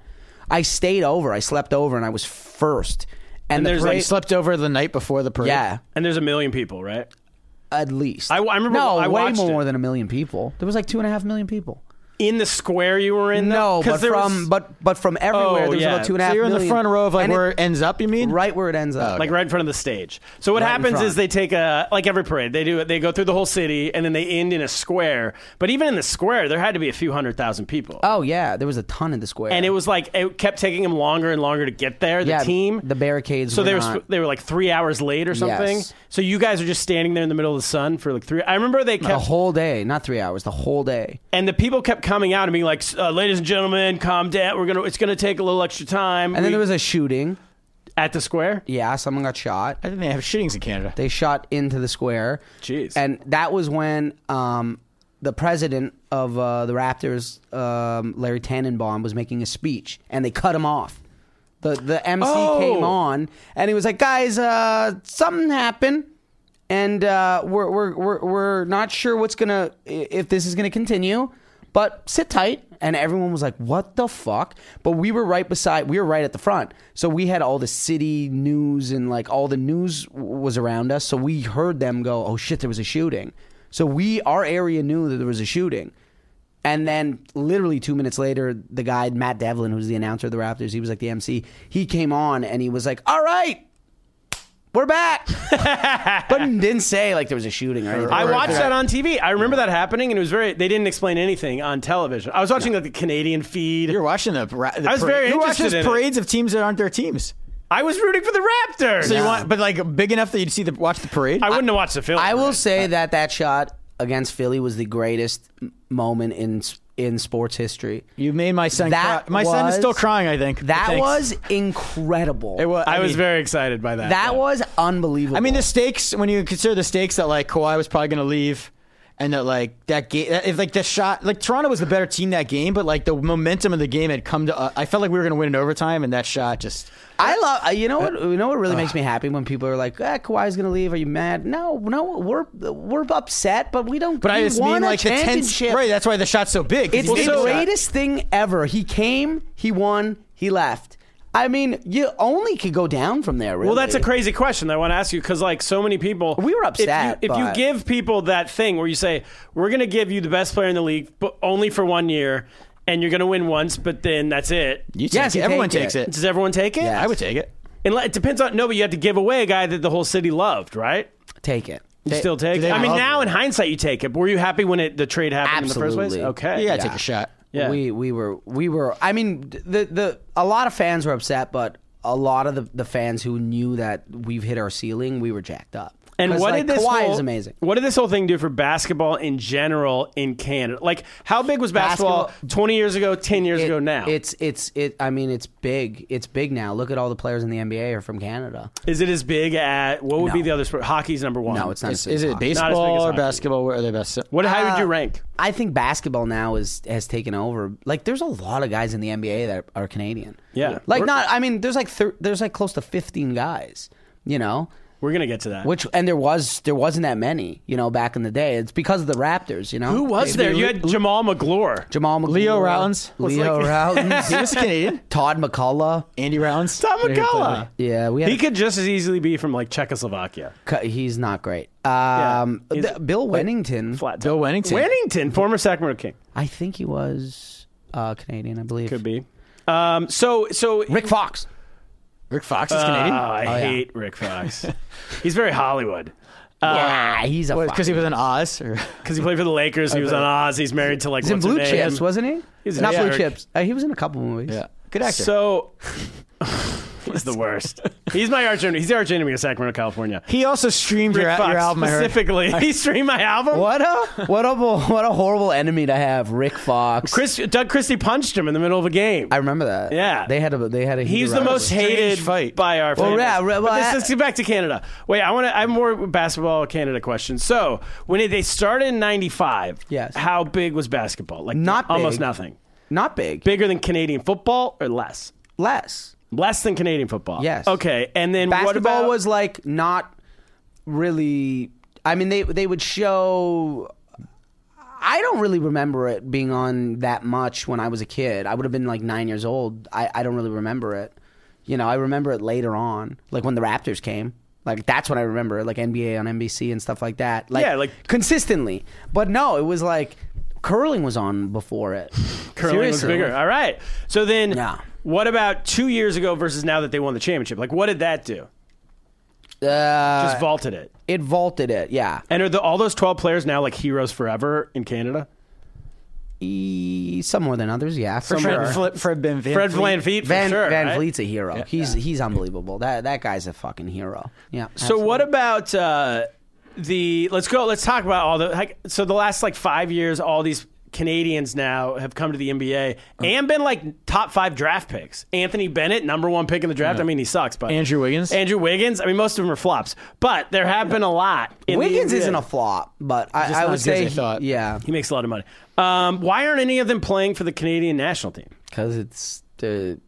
C: I stayed over. I slept over, and I was first. And,
A: And
C: the
A: there's, like,
C: parade-
B: He slept over the night before the parade.
C: yeah,
A: and there's a million people, right?
C: at least
A: I- I remember-
C: No,
A: I
C: way
A: watched
C: more
A: it.
C: than a million people. There was like two and a half million people.
A: In the square you were in. though?
C: No,
A: 'Cause
C: but
A: there was-
C: from but but from everywhere
A: Oh,
C: there was
A: yeah.
C: about two and a
A: So
C: half.
B: So you're in the
C: million.
B: front row of like
C: And it-
B: where it ends up. You mean?
C: right where it ends up.
A: like right in front of the stage. So what
C: Right in
A: happens
C: front.
A: is they take a like every parade they do they go through the whole city and then they end in a square. But even in the square, there had to be a few hundred thousand people.
C: oh yeah, there was a ton in the square.
A: and it was like it kept taking them longer and longer to get there. The
C: yeah,
A: team,
C: the barricades.
A: So
C: were
A: they were
C: not-
A: sp- they were like three hours late or something.
C: Yes.
A: So you guys are just standing there in the middle of the sun for like three. I remember they
C: the
A: kept
C: whole day, not three hours, the whole day.
A: and the people kept coming out and being like, uh, "Ladies and gentlemen, calm down. We're gonna it's gonna take a little extra time."
C: And then
A: We-
C: there was a shooting.
A: at the square.
C: Yeah, someone got shot.
B: I think they have shootings in Canada.
C: They shot into the square.
A: Jeez.
C: And that was when um, the president of uh, the Raptors, um, Larry Tannenbaum, was making a speech, and they cut him off. The the MC
A: Oh.
C: came on, and he was like, "Guys, uh, something happened." And uh, we're, we're, we're, we're not sure what's gonna if this is gonna continue, but sit tight. And everyone was like, "What the fuck?" But we were right beside, we were right at the front, so we had all the city news and like all the news w- was around us. So we heard them go, "Oh shit, there was a shooting." So we our area knew that there was a shooting. And then literally two minutes later, the guy, Matt Devlin, who's the announcer of the Raptors, he was like the MC, he came on and he was like, All right, we're back. but didn't say like there was a shooting or anything.
A: I watched
B: Right.
A: that on TV. I remember that happening, and it was very. They didn't explain anything on television. I was watching like the Canadian feed.
B: You're watching the. Ra- the
A: I was
B: parade.
A: very
B: You're watching
A: interested
B: those
A: in it.
B: parades of teams that aren't their teams.
A: I was rooting for the Raptors.
B: So you want, but like big enough that you'd see the watch the parade.
A: I wouldn't have watched the film.
C: I will say that that shot against Philly was the greatest m- moment in s- in sports history.
B: you made my son.
C: That
B: cry. My son is
C: was-
B: still crying. I think
C: That
B: Thanks.
C: was incredible.
B: It was.
A: I, was
B: mean,
A: very excited by that.
C: that
A: Yeah.
C: was unbelievable.
B: I mean, the stakes when you consider the stakes that like Kawhi was probably going to leave, and that like that game, if like the shot, like Toronto was the better team that game, but like the momentum of the game had come to. Uh, I felt like we were going to win in overtime, and that shot just.
C: I love uh, you know what you know what really
B: uh.
C: makes me happy when people are like ah, Kawhi's gonna leave. Are you mad? No, no, we're we're upset, but we don't.
B: But I
C: we
B: just
C: won
B: mean
C: a
B: like the tense.
C: championship.
B: Right, that's why the shot's so big. 'cause
C: It's
B: you
C: the
B: made the shot.
C: greatest thing ever. He came, he won, he left. I mean, you only could go down from there. Really.
A: Well, that's a crazy question that I want to ask you because, like, so many people.
C: We were
A: If you-
C: upset,
A: If you,
C: but-
A: give people that thing where you say, we're going to give you the best player in the league, but only for one year, and you're going to win once, but then that's it.
B: You take
C: Yes,
B: it.
C: you
B: everyone
C: take
B: takes
C: it.
B: it.
A: Does everyone take it?
C: Yeah.
B: I would take it.
A: And it depends on. No, but you had to give away a guy that the whole city loved, right?
C: Take it.
A: You still take
B: they
A: it? I mean,
B: love
A: now
B: it?
A: in hindsight, you take it. But were you happy when it, the trade happened in the first place?
C: Absolutely.
A: Okay.
B: Yeah, I'd take a shot.
A: Yeah.
C: We we were we were. I mean, the the a lot of fans were upset, but a lot of the, the fans who knew that we've hit our ceiling, we were jacked up.
A: And
C: 'Cause,
A: what
C: like,
A: did this
C: Kawhi
A: whole,
C: is amazing.
A: What did this whole thing do for basketball in general in Canada? Like, how big was basketball,
C: Basketball-
A: 20 years ago, 10 years
C: It-
A: ago now?
C: It's it's it. I mean, it's big. It's big now. Look at all the players in the NBA are from Canada.
A: Is it as big at what would be
C: No.
A: the other sport? Hockey's number one.
C: No, it's not.
B: Is,
C: as big
B: is
C: as
B: it
C: hockey.
A: big as
B: baseball or
A: hockey.
B: basketball? Where are they best?
A: What? How would you
C: Uh,
A: rank?
C: I think basketball now is has taken over. Like, there's a lot of guys in the NBA that are, Canadian.
A: Yeah.
C: like not. I mean, there's like thir- there's like close to 15 guys. You know,
A: We're gonna get to that.
C: Which and there was there wasn't that many, you know, back in the day. It's because of the Raptors, you know.
A: Who was there? You had Jamal McGlure.
C: Jamal McGlure,
B: Leo Rollins. Was
C: Leo
B: like-
C: Rollins,
B: He was Canadian.
C: Todd McCullough.
B: Andy Rollins.
A: Tom
B: There you go.
A: McCullough.
C: Yeah, we had
A: He could just as easily be from like Czechoslovakia.
C: Cu- He's not great. Um,
A: he's-
C: th- Bill Wennington,
A: Flat.
B: Bill Wennington.
A: Wennington, former Sacramento King,
C: I think he was uh, Canadian, I believe.
A: could be. Um, so so
C: Rick Fox.
B: Rick Fox is Canadian.
A: Ah,
C: Oh,
A: I hate Rick Fox. He's very Hollywood Uh,
C: yeah, he's a
B: Because he was in Oz. Or,
A: because he played for the Lakers. He was on Oz. He's married to like
C: He's in
A: what's her
C: Blue
A: name?
C: Chips, wasn't he?
A: He's
C: not
A: a
C: Blue
A: jerk.
C: Chips. Uh, he was in a couple movies.
B: yeah. Good actor.
A: So he's the worst. He's my arch enemy. He's the arch enemy of Sacramento, California.
B: he also streamed your,
A: Rick Fox
B: your album. I heard.
A: specifically. He streamed my album.
C: What a what a what a horrible enemy to have, Rick Fox.
A: Chris Doug Christie punched him in the middle of a game.
C: I remember that.
A: Yeah.
C: they had a they had a. heated
A: He's the
C: rivalry.
A: most hated
B: fight.
A: by our
C: Well,
A: fans.
C: yeah, well,
A: But this-
C: I-
A: let's get back to Canada. Wait, I want to. I have more basketball Canada questions. So when it- they started in '95,
C: Yes.
A: how big was basketball? Like
C: Not big.
A: almost nothing.
C: Not big,
A: Bigger than Canadian football or less?
C: less.
A: Less than Canadian football.
C: Yes.
A: Okay, and then what
C: basketball
A: about
C: was like not really i mean they they would show i don't really remember it being on that much when i was a kid i would have been like nine years old i, I don't really remember it you know i remember it later on like when the raptors came like that's when i remember it, like nba on nbc and stuff like that like,
A: Yeah, like-
C: consistently but no it was like curling was on before it
A: curling
C: Seriously.
A: was bigger? All right. So then,
C: Yeah.
A: what about two years ago versus now that they won the championship? Like, what did that do?
C: uh,
A: Just vaulted it.
C: it vaulted it yeah
A: And are the, all those twelve players now like heroes forever in Canada?
C: E- some more than others yeah for
B: Fred,
C: sure
B: Fl- Fred Van Fleet.
A: Fred Van Fleet, for
C: Van
A: sure,
C: Van
A: right?
C: Vliet's a hero. He's he's unbelievable. That that guy's a fucking hero. Yeah.
A: So what about uh, the? Let's go. Let's talk about all the. Like, so the last like five years, all these Canadians now have come to the NBA
C: Uh-huh.
A: and been like top five draft picks. Anthony Bennett, number one pick in the draft. I mean, he sucks, but
B: Andrew Wiggins.
A: Andrew Wiggins. I mean, most of them are flops, but there have been a lot. in the
C: Wiggins
A: NBA.
C: isn't a flop, but I,
B: Just
C: I
B: not
C: would
B: as good as
C: say
B: I
C: he-
B: thought.
C: yeah,
A: He makes a lot of money. Um, why aren't any of them playing for the Canadian national team?
C: because it's the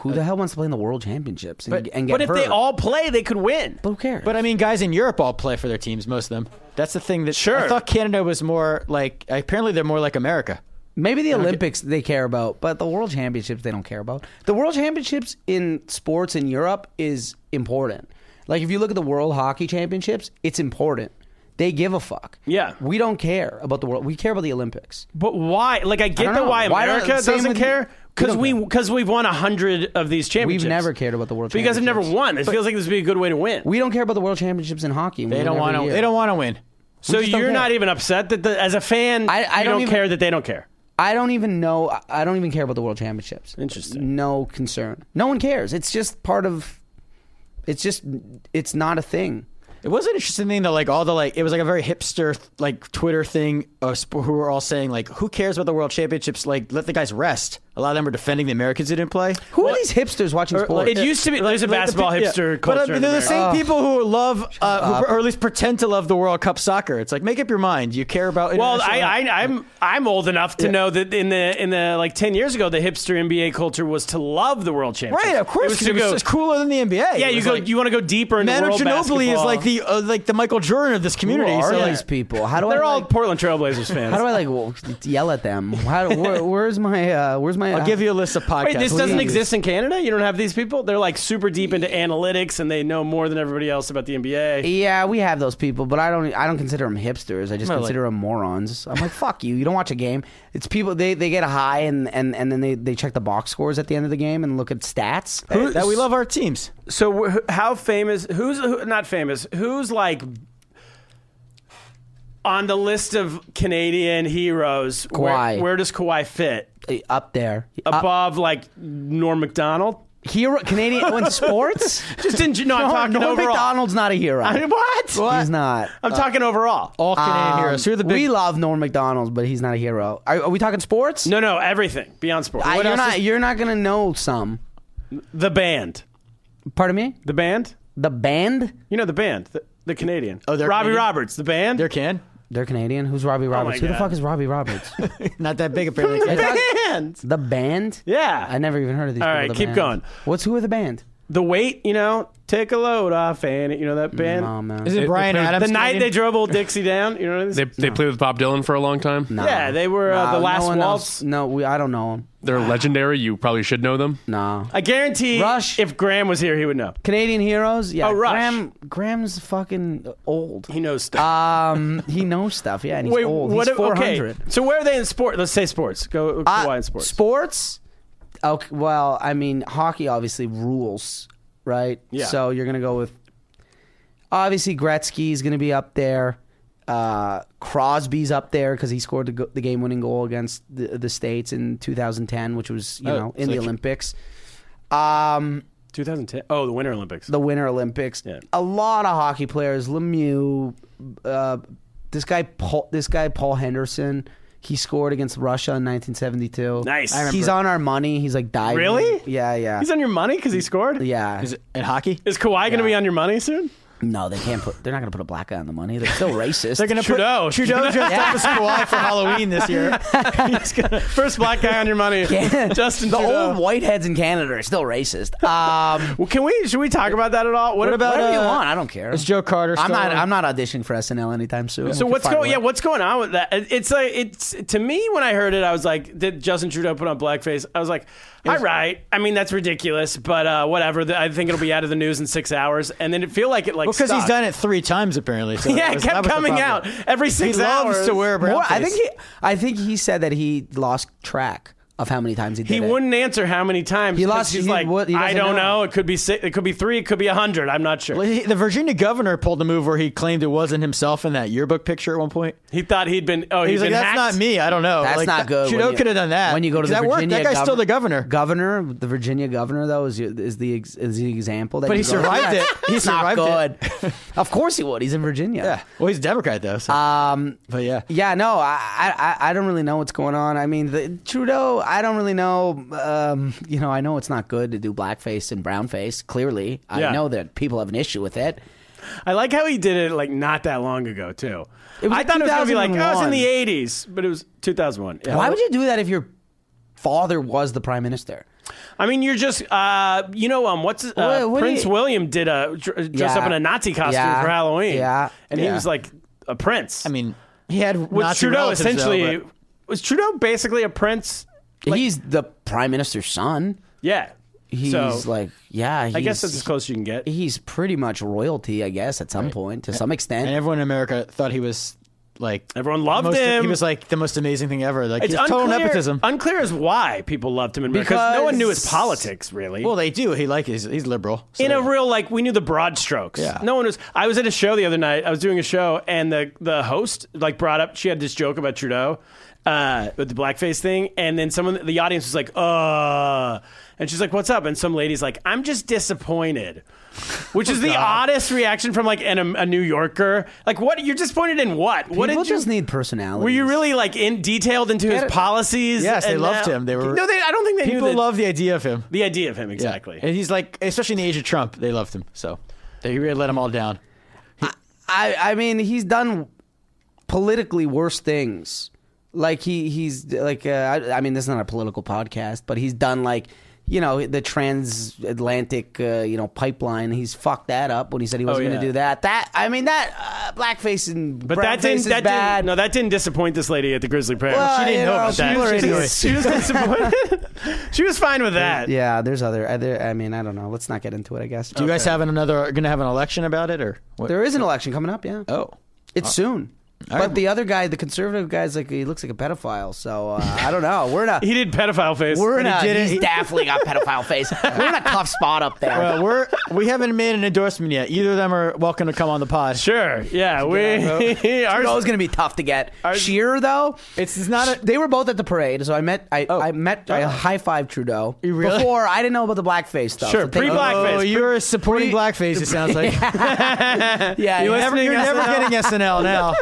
C: who the hell wants to play in the World Championships and, and get
A: Uh, But if
C: hurt?
A: they all play, they could win.
C: But who cares?
B: But I mean, guys in Europe all play for their teams. Most of them. That's the thing that.
A: Sure.
B: I thought Canada was more like. Apparently, they're more like America.
C: Maybe the Olympics they care about, but the World Championships they don't care about. The World Championships in sports in Europe is important. Like if you look at the World Hockey Championships, it's important. They give a fuck.
A: Yeah.
C: We don't care about the world. We care about the Olympics.
A: But why? Like I get
C: don't
A: the
C: know.
A: why
C: Why don't-
A: America
C: same
A: doesn't
C: with-
A: care
C: we
A: because
C: don't
A: we
C: care.
A: because we've won a hundred of these championships.
C: We've never cared about the World
A: But you guys have never
C: Championships.
A: won. It feels like this would be a good way to win.
C: We don't care about the World Championships in hockey.
B: They don't want to. They don't want to win.
A: so
C: just don't
A: you're
C: care.
A: not even upset that the, as a fan,
C: I- I
A: you
C: don't
A: don't
C: even-
A: care that they don't care.
C: I don't even know. I- I don't even care about the World Championships.
A: Interesting.
C: No concern. No one cares. It's just part of. It's just. It's not a thing.
B: It was an interesting thing though. Like all the like, it was like a very hipster like Twitter thing. Of sp- who were all saying like, who cares about the world championships? Like, let the guys rest. A lot of them were defending the Americans who didn't play.
C: Who are these hipsters watching sports?
A: It used to be there's a basketball
B: Yeah.
A: hipster
B: But
A: culture.
B: I mean,
A: in
B: they're the
A: America. Oh.
B: same people who love, uh, who, or at least pretend to love the World Cup soccer. It's like make up your mind. You care about.
A: Well, I,
B: international-
A: I, I'm I'm old enough to
B: Yeah.
A: know that in the in the like ten years ago, the hipster NBA culture was to love the world championship.
B: right, of course,
A: It was
B: 'cause
A: to
B: it was,
A: go.
B: just cooler than the NBA.
A: yeah,
B: It
A: you
B: was
A: go.
B: like-
A: you want to go deeper into
B: Manu
A: world
B: Ginobili is
A: basketball.
B: like the uh, like the Michael Jordan of this
C: Who
B: community.
C: are
B: so like,
C: these people? How do
A: They're
C: I?
A: all
C: like,
A: Portland Trailblazers fans.
C: how do I like w- yell at them? How, where, where's my? Uh, where's my?
B: I'll give you a list of podcasts.
A: Wait, this doesn't
B: Please.
A: exist in Canada. You don't have these people. They're like super deep into analytics, and they know more than everybody else about the NBA.
C: Yeah, we have those people, but I don't. I don't consider them hipsters. I just
B: Well, like-
C: consider them morons. I'm like, fuck you. You don't watch a game. It's people. They, they get a high and, and, and then they, they check the box scores at the end of the game and look at stats.
B: Who- that we love our teams.
A: So, wh- how famous? Who's who, not famous? Who's like on the list of Canadian heroes? Where,
C: Kawhi.
A: where does Kawhi fit?
C: Uh, up there. Up-
A: Above like Norm Macdonald?
C: hero Canadian oh, in sports.
A: Just in no, I'm
C: No,
A: talking
C: Norm
A: overall.
C: McDonald's not a hero.
A: I mean, what?
C: He's not.
A: I'm talking overall.
B: All Canadian
C: Um,
B: heroes. Who are the big?
C: we love Norm McDonald's, but he's not a hero. Are, are we talking sports?
A: No, no, everything beyond sports.
C: I,
A: What
C: you're
A: else
C: not.
A: is-
C: you're not gonna know some.
A: the band.
C: Pardon me.
A: The band.
C: The band.
A: You know the band. The, the Canadian.
B: Oh, they're
A: Robbie
B: Canadian?
A: Roberts. The band.
B: They're can.
C: They're Canadian. Who's Robbie Roberts? Who the
A: Oh God.
C: fuck is Robbie Roberts?
B: Not that big apparently.
A: the band.
C: the band.
A: Yeah.
C: I never even heard of these.
A: All
C: people,
A: right,
C: the
A: keep
C: band.
A: going.
C: What's who are the band?
A: the weight, you know, take a load off, and you know that band.
C: Oh, man.
B: Is it Brian
D: they-
B: Adams?
A: the night
B: Canadian?
A: they drove old Dixie down, you know. What
D: They,
A: I mean?
D: they played with Bob Dylan for a long time.
C: Nah.
A: yeah, they were uh,
C: Nah,
A: the last
C: no one
A: waltz.
C: Else, no, we, I don't know him.
D: They're legendary. You probably should know them.
C: No.
A: I guarantee,
C: Rush.
A: if Graham was here, he would know.
C: Canadian heroes? Yeah.
A: Oh, Rush.
C: Graham, Graham's fucking old.
A: He knows stuff.
C: Um, he knows stuff. Yeah, and he's old.
A: what
C: he's
A: if-
C: four
A: okay,
C: hundred.
A: So where are they in sport? Let's say sports. Go
C: Uh,
A: Kawhi in sports.
C: Sports. Okay, well, I mean, hockey obviously rules, right?
A: Yeah.
C: So you're gonna go with obviously Gretzky is gonna be up there. Uh, Crosby's up there because he scored the, go- the game-winning goal against the, the states in 2010, which was you
B: Oh,
C: know in
B: so they-
C: the Olympics. Um,
A: 2010. Oh, the Winter Olympics.
C: the Winter Olympics.
A: Yeah.
C: A lot of hockey players. Lemieux, uh, this guy, Paul, this guy Paul Henderson. He scored against Russia in 1972.
A: Nice. I remember.
C: He's on our money. He's like diving.
A: Really?
C: Yeah, yeah,
A: He's on your money because he scored.
C: yeah.
B: Is it in hockey?
A: Is Kawhi going to be on your money soon?
C: No, they can't put. They're not gonna put a black guy on the money. They're still racist.
B: They're gonna
A: Trudeau.
B: put Trudeau dressed up as Kawhi for Halloween this year.
A: He's gonna, first black guy on your money. Justin
C: the
A: Trudeau.
C: old whiteheads in Canada are still racist. Um,
A: Well, can we? Should we talk about that at all? What,
C: what about
A: whatever you
C: uh,
A: want?
C: I don't care.
B: Is Joe Carter?
C: I'm
B: still
C: not.
B: on?
C: I'm not auditioning for SNL anytime soon.
A: So what's
C: Fire
A: going? Yeah,
C: away.
A: what's going on with that? It- It's like it's to me when I heard it, I was like, did Justin Trudeau put on blackface? I was like, all right. I mean, that's ridiculous, but uh, whatever. The- I think it'll be out of the news in six hours, and then it feel like it like
B: Because he's
A: stuck.
B: done it three times apparently. So
A: Yeah,
B: that
A: it
B: was- that
A: kept
B: was the
A: coming out
B: problem.
A: every
B: He
A: six hours.
B: loves to wear a brown
C: More, I
B: face.
C: think he, I think he said that he lost track of how many times he did
A: He
C: it.
A: wouldn't answer how many times.
C: He
A: 'cause
C: lost-
A: He's
C: he
A: like,
C: would- he doesn't
A: I don't know.
C: know.
A: It could be six. It could be three. It could be a hundred. I'm not sure.
B: Well, he- The Virginia governor pulled a move where he claimed it wasn't himself in that yearbook picture at one point.
A: He thought he'd been. Oh,
B: He
A: he'd
B: was like,
A: been
B: "That's
A: hacked."
B: not me. I don't know.
C: That's
B: Like,
C: not
B: that-
C: good.
B: Trudeau
C: when you-
B: could have done that.
C: When you go to the
B: that worked.
C: Virginia
B: that guy's still
C: govern-
B: the governor.
C: Governor, the Virginia governor though is your- is the ex- is the example. That
B: But
C: you
B: he
C: go,
B: survived
C: "Yeah,
B: it. He
C: it's not
B: survived
C: good. of course he would. He's in Virginia.
B: Yeah. Well, he's a Democrat though. So.
C: Um,
B: but yeah,
C: yeah, no, I, I, I don't really know what's going on. I mean, the, Trudeau, I don't really know. Um, you know, I know it's not good to do blackface and brownface. Clearly,
A: Yeah.
C: I know that people have an issue with it.
A: I like how he did it like not that long ago too.
C: It was
A: I
C: like
A: thought it was gonna be like oh, it's in
C: 2001.
A: the '80s, but it was 2001. Yeah.
C: Why would you do that if your father was the prime minister?
A: I mean, you're just uh, you know um, what's his- uh,
C: What- what do
A: Prince
C: you-
A: William did a dr- dress
C: Yeah.
A: up in a Nazi costume
C: Yeah.
A: for Halloween.
C: Yeah.
A: and he
C: Yeah.
A: was like a prince.
B: I mean, he had
A: was
B: Nazi
A: Trudeau
B: relatives, though,
A: essentially
B: but-
A: was Trudeau basically a prince?
C: he's the prime minister's son.
A: Yeah,
C: He's
A: So,
C: like, yeah. He's,
A: I guess that's as close as you can get.
C: he's pretty much royalty, I guess, at some point, to some extent.
B: and everyone in America thought he was like
A: Everyone loved
B: most-
A: him.
B: He was like the most amazing thing ever. Like
A: It's
B: he's total nepotism.
A: Unclear as why people loved him in America because no one knew his
C: Because-
A: politics really.
B: well, they do. He like he's, he's liberal. So
A: in a real like we knew the broad strokes.
B: Yeah.
A: No one was. I was at a show the other night. I was doing a show, and the the host like brought up. She had this joke about Trudeau uh, with the blackface thing, and then someone the audience was like, "Uh," and she's like, "What's up?" And some lady's like, "I'm just disappointed." Which
B: Oh,
A: is the oddest reaction from like an, a New Yorker. Like, what you're disappointed in? What? what
C: People
A: did you?
C: just need personality.
A: were you really like in detailed into his
C: it.
A: policies?
B: Yes, they
A: and
B: loved him. They were-
A: no. They, I don't think they knew
B: people
A: that-
B: love the idea of him.
A: the idea of him
B: Yeah.
A: exactly.
B: And he's like, especially in the age of Trump, they loved him. So they really let him all down.
C: I, I mean, he's done politically worse things. Like he, he's like, uh, I, I mean, this is not a political podcast, but he's done like, you know, the transatlantic, uh, you know, pipeline. He's fucked that up when he said he wasn't going
A: Oh, yeah.
C: to do that. That, I mean, that uh, blackface and
A: But that
C: brownface
A: didn't
C: is
A: that
C: bad.
A: didn't no that didn't disappoint this lady at the Grizzly Bear.
C: Well,
A: she didn't
C: you
A: know,
C: know,
A: about
C: people are
A: that. She was,
C: idiots.
A: she was disappointed. she was fine with that.
C: yeah, there's other, other. I mean, I don't know. Let's not get into it. I guess
B: Do you guys have another? Going to have an election about it or what?
C: there is an election coming up. Yeah.
B: oh,
C: It's soon.
B: All
C: But
B: right.
C: the other guy, the conservative guy's like he looks like a pedophile. So uh, I don't know. We're in a
A: He did pedophile face.
C: we're in
B: he
C: a
B: did it.
C: he's
B: He-
C: definitely got pedophile face. We're in a tough spot up there.
B: well, we're we haven't made an endorsement yet. Either of them are welcome to come on the pod.
A: sure. Yeah, we
C: Trudeau's
A: ours,
C: gonna be tough to get. Sheer though,
B: It's, it's not a.
C: they were both at the parade, so I met I,
B: Oh.
C: I met I high five Trudeau
B: You really-
C: before. I didn't know about the blackface stuff.
A: Sure,
C: so thank you.
A: pre-black- Blackface.
B: Oh, you're supporting blackface. It sounds like
C: Yeah,
B: you're
C: yeah.
B: never, you're never getting SNL now.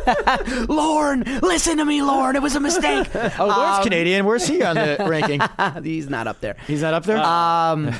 C: Lorne, listen to me, Lorne. It was a mistake.
B: Oh, Lord's Canadian. Where's he on the ranking? Uh,
C: He's not up there.
B: He's not up there.
C: Um,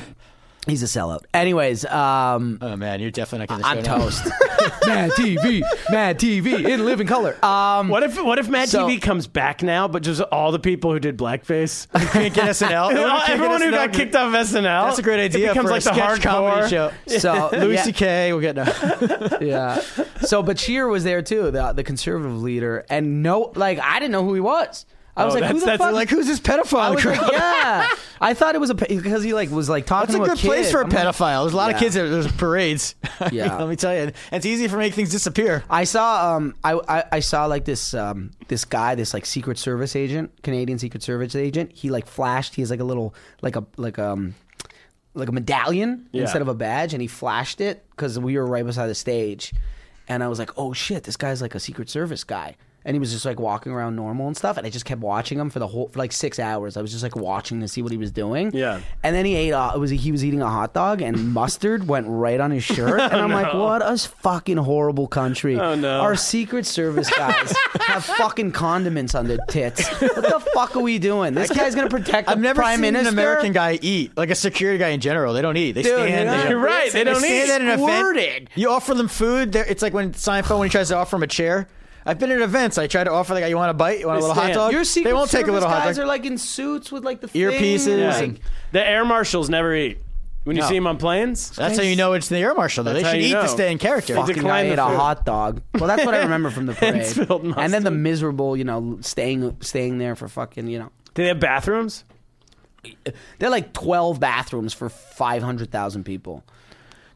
C: He's a sellout. Anyways, um,
B: Oh man, you're definitely not
C: I'm
B: getting the show now.
C: toast. Mad TV, Mad TV in living color. Um,
A: What if what if Mad
C: So-
A: TV comes back now, but just all the people who did blackface,
B: Can't get SNL.
A: Everyone,
B: can't get
A: who
B: SNL.
A: got kicked off SNL.
B: That's a great idea.
A: It becomes
B: for
A: like
B: a
A: the
B: sketch comedy
A: hardcore
B: show.
C: So,
B: Louis
C: yeah.
B: C.K. We'll get no.
C: Oh, yeah. So Bashir was there too, the the conservative leader, and no, like I didn't know who he was. I was
A: Oh,
C: like,
A: that's-
C: who the
A: that's
C: fuck?
B: like, who's this pedophile
C: I was like,
B: crowd?
C: yeah. I thought it was a because he like was like talking.
B: That's a
C: to
B: good
C: kid.
B: place for a
C: I'm like-
B: pedophile. There's a lot
C: Yeah.
B: of kids. There. There's parades. I mean,
C: Yeah.
B: let me tell you, it's easy for make things disappear.
C: I saw um I, I, I saw like this um this guy this like secret service agent Canadian secret service agent he like flashed he has like a little like a like um like a medallion instead of a badge and he flashed it because we were right beside the stage and I was like oh shit this guy's like a secret service guy and he was just like walking around normal and stuff and I just kept watching him for the whole for like six hours I was just like watching to see what he was doing
A: Yeah.
C: and then he ate uh, it was he was eating a hot dog and mustard went right on his shirt and
B: Oh,
C: I'm like what a fucking horrible country
A: Oh, no.
C: our Secret Service guys have fucking condiments on their tits. What the fuck are we doing? This guy's gonna protect the
B: I've never
C: prime
B: seen
C: minister.
B: an American guy eat like a security guy in general. They don't eat. They
C: Dude,
B: stand.
C: yeah.
B: there.
A: You're right, they don't
B: stand
A: eat.
B: at an
C: Squirting.
B: event. You offer them food. they're- It's like when Seinfeld when he tries to offer him a chair. I've been at events. I try to offer the guy, you want a bite? You want a
A: They
B: little hot
A: stand.
B: dog?
C: Your Secret
B: they won't take a
C: Service
B: little hot
C: guys
B: dog.
C: are like in suits with like the thing.
B: Earpieces.
A: Yeah.
C: Like,
A: The air marshals never eat. When you
B: No.
A: see them on planes,
B: That's how you know it's the air marshal. Though. They
A: That's how
B: should
A: you
B: eat
A: know.
B: to stay in character.
A: Fuck.
C: Fucking
A: Decline
C: guy
A: the
C: ate a
A: food.
C: hot dog. Well, that's what I remember from the parade.
A: spilled
C: and then the
A: mustard.
C: miserable, you know, staying staying there for fucking, you know,
A: do they have bathrooms?
C: they're like twelve bathrooms for five hundred thousand people.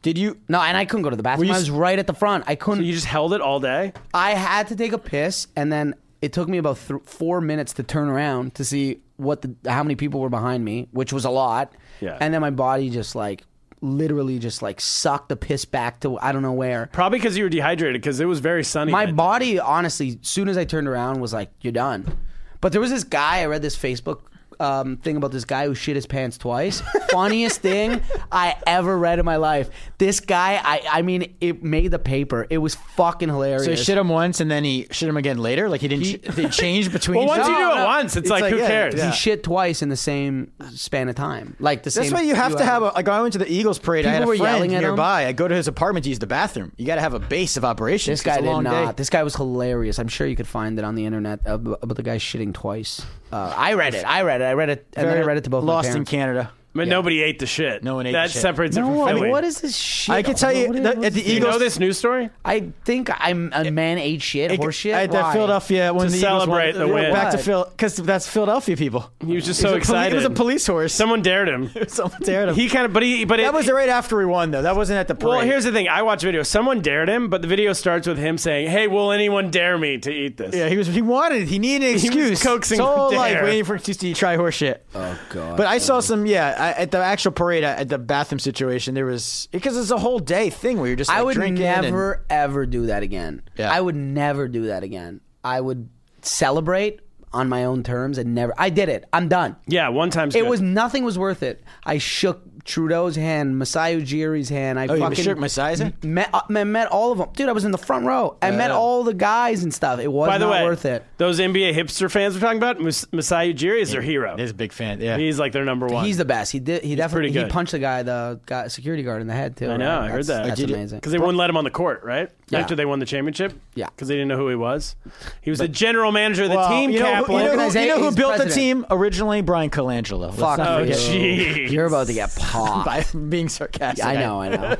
B: Did you?
C: No, and I couldn't go to the bathroom.
B: you
C: I
B: s-
C: was right at the front. I couldn't.
A: You just held it all day.
C: I had to take a piss, and then it took me about th- four minutes to turn around to see what the how many people were behind me, which was a lot.
A: Yeah.
C: And then my body just like literally just like sucked the piss back to I don't know where.
A: Probably because you were dehydrated because it was very sunny.
C: My
A: that
C: body, honestly, soon as I turned around, was like, "You're done." But there was this guy. I read this Facebook um, thing about this guy who shit his pants twice. Funniest thing I ever read in my life. This guy, I, I mean, it made the paper. It was fucking hilarious.
B: So he shit him once and then he shit him again later. Like he didn't. sh- they change between.
A: Well, once
B: each
A: you
B: other?
A: do it once, it's, like, who
B: yeah,
A: cares?
B: yeah.
C: he shit twice in the same span of time. Like the same.
B: That's why you have
C: few
B: to have a.
C: hours.
B: Like I went to the Eagles parade. I
C: People
B: had
C: were
B: a friend
C: yelling at him.
B: nearby. I go to his apartment to use the bathroom. You got to have a base of operations.
C: This guy
B: it's a
C: did
B: long
C: not.
B: Day.
C: This guy was hilarious. I'm sure you could find it on the internet ab- about the guy shitting twice. Uh, I read it. I read it. I read it, and then I read it to both.
B: Lost
C: my
B: in
C: parents.
B: Canada.
A: But nobody ate the shit.
B: No one ate
A: that
B: the shit.
A: separates it from
C: I
A: Philly.
C: mean, what is this shit?
B: I can tell you
C: What is-
B: that
C: what
B: at
C: is
B: the e-
A: you
B: Eagles-
A: know this news story?
C: I think I'm a man ate shit,
B: It-
C: horse shit.
B: I, that
C: Why?
B: Philadelphia when
A: To
B: the Eagles won-
A: celebrate the
B: they went
A: win.
B: Back to
C: Why?
B: Phil because that's Philadelphia people.
A: He was just
B: It
A: so
B: was a poli-
A: excited.
B: It was a police horse.
A: Someone dared him.
B: Someone dared him.
A: He kind of, but he, but
B: that
A: it,
B: was right after we won, though. That wasn't at the parade.
A: Well, here's the thing. I watch video. Someone dared him, but the video starts with him saying, "Hey, will anyone dare me to eat this?"
B: Yeah, he was. He wanted. He needed an
A: was
B: excuse.
A: coaxing
B: His whole
A: the
B: life
A: dare.
B: waiting for an excuse to try horse shit. Oh god. But I saw some. Yeah, I, at the actual parade, I- at the bathroom situation, there was because it's a whole day thing where you're just. Like,
C: I would
B: drinking and-
C: never ever do that again.
B: Yeah.
C: I would never do that again. I would celebrate on my own terms and never. I did it. I'm done.
A: Yeah, one time's
C: It
A: good.
C: was nothing was worth it. I shook Trudeau's hand, Masai Ujiri's hand. I
B: Oh, you
C: fucking
B: shook Masai's hand?
C: Met, uh, met met all of them, dude. I was in the front row. I met all the guys and stuff. It was
A: By the
C: not
A: way,
C: worth it.
A: those NBA hipster fans we're talking about, Mas- Masai Ujiri is their hero.
B: He's a big fan. Yeah.
A: He's like their number one.
C: He's the best. He did. He definitely.
A: pretty
C: He
A: good.
C: punched the guy, the guy, security guard in the head too.
A: I know, I heard that.
C: That's
A: I
B: did it.
C: amazing.
A: because they wouldn't let him on the court, right?
C: Yeah.
A: After they won the championship,
C: Yeah.
A: because they didn't know who he was. He was the general manager of the
B: Well,
A: team.
B: Uh, you know, who,
A: Kaplan.
B: you know who,
C: Organization-
B: you know who
C: he's
B: built the
C: president.
B: team originally? Brian Colangelo. Let's
C: Fuck
B: not
A: Oh,
B: forget.
A: jeez.
C: You're about to get popped.
B: By being sarcastic.
C: I know. I know.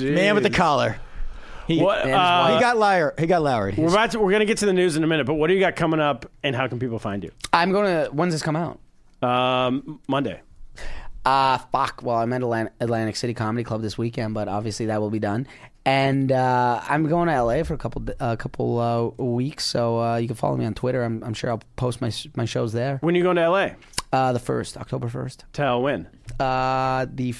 B: Man with the collar. He,
A: What,
B: he
A: uh,
B: got liar. He got lowered.
A: We're
B: He's-
A: about to, we're gonna get to the news in a minute, but what do you got coming up, and how can people find you?
C: I'm going to. When's this come out?
A: Um, Monday.
C: Uh, fuck. Well, I'm at Atlant- Atlantic City Comedy Club this weekend, but obviously that will be done. And uh, I'm going to LA for a couple a couple uh, weeks, so uh, you can follow me on Twitter. I'm, I'm sure I'll post my my shows there.
A: When are you going to LA?
C: Uh, the first, October first.
A: Tell when.
C: Uh, the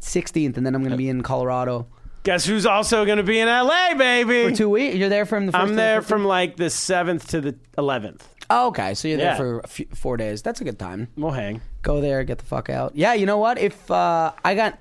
C: sixteenth, and then I'm going to be in Colorado
A: Guess who's also going to be in LA, baby?
C: for two weeks. You're there from the. First to
A: I'm
C: the
A: there
C: 15th?
A: from like the seventh to the eleventh.
C: Oh, okay, so you're
A: Yeah.
C: there for a few, four days. That's a good time.
A: We'll hang.
C: go there, get the fuck out. Yeah, you know what? If uh, I got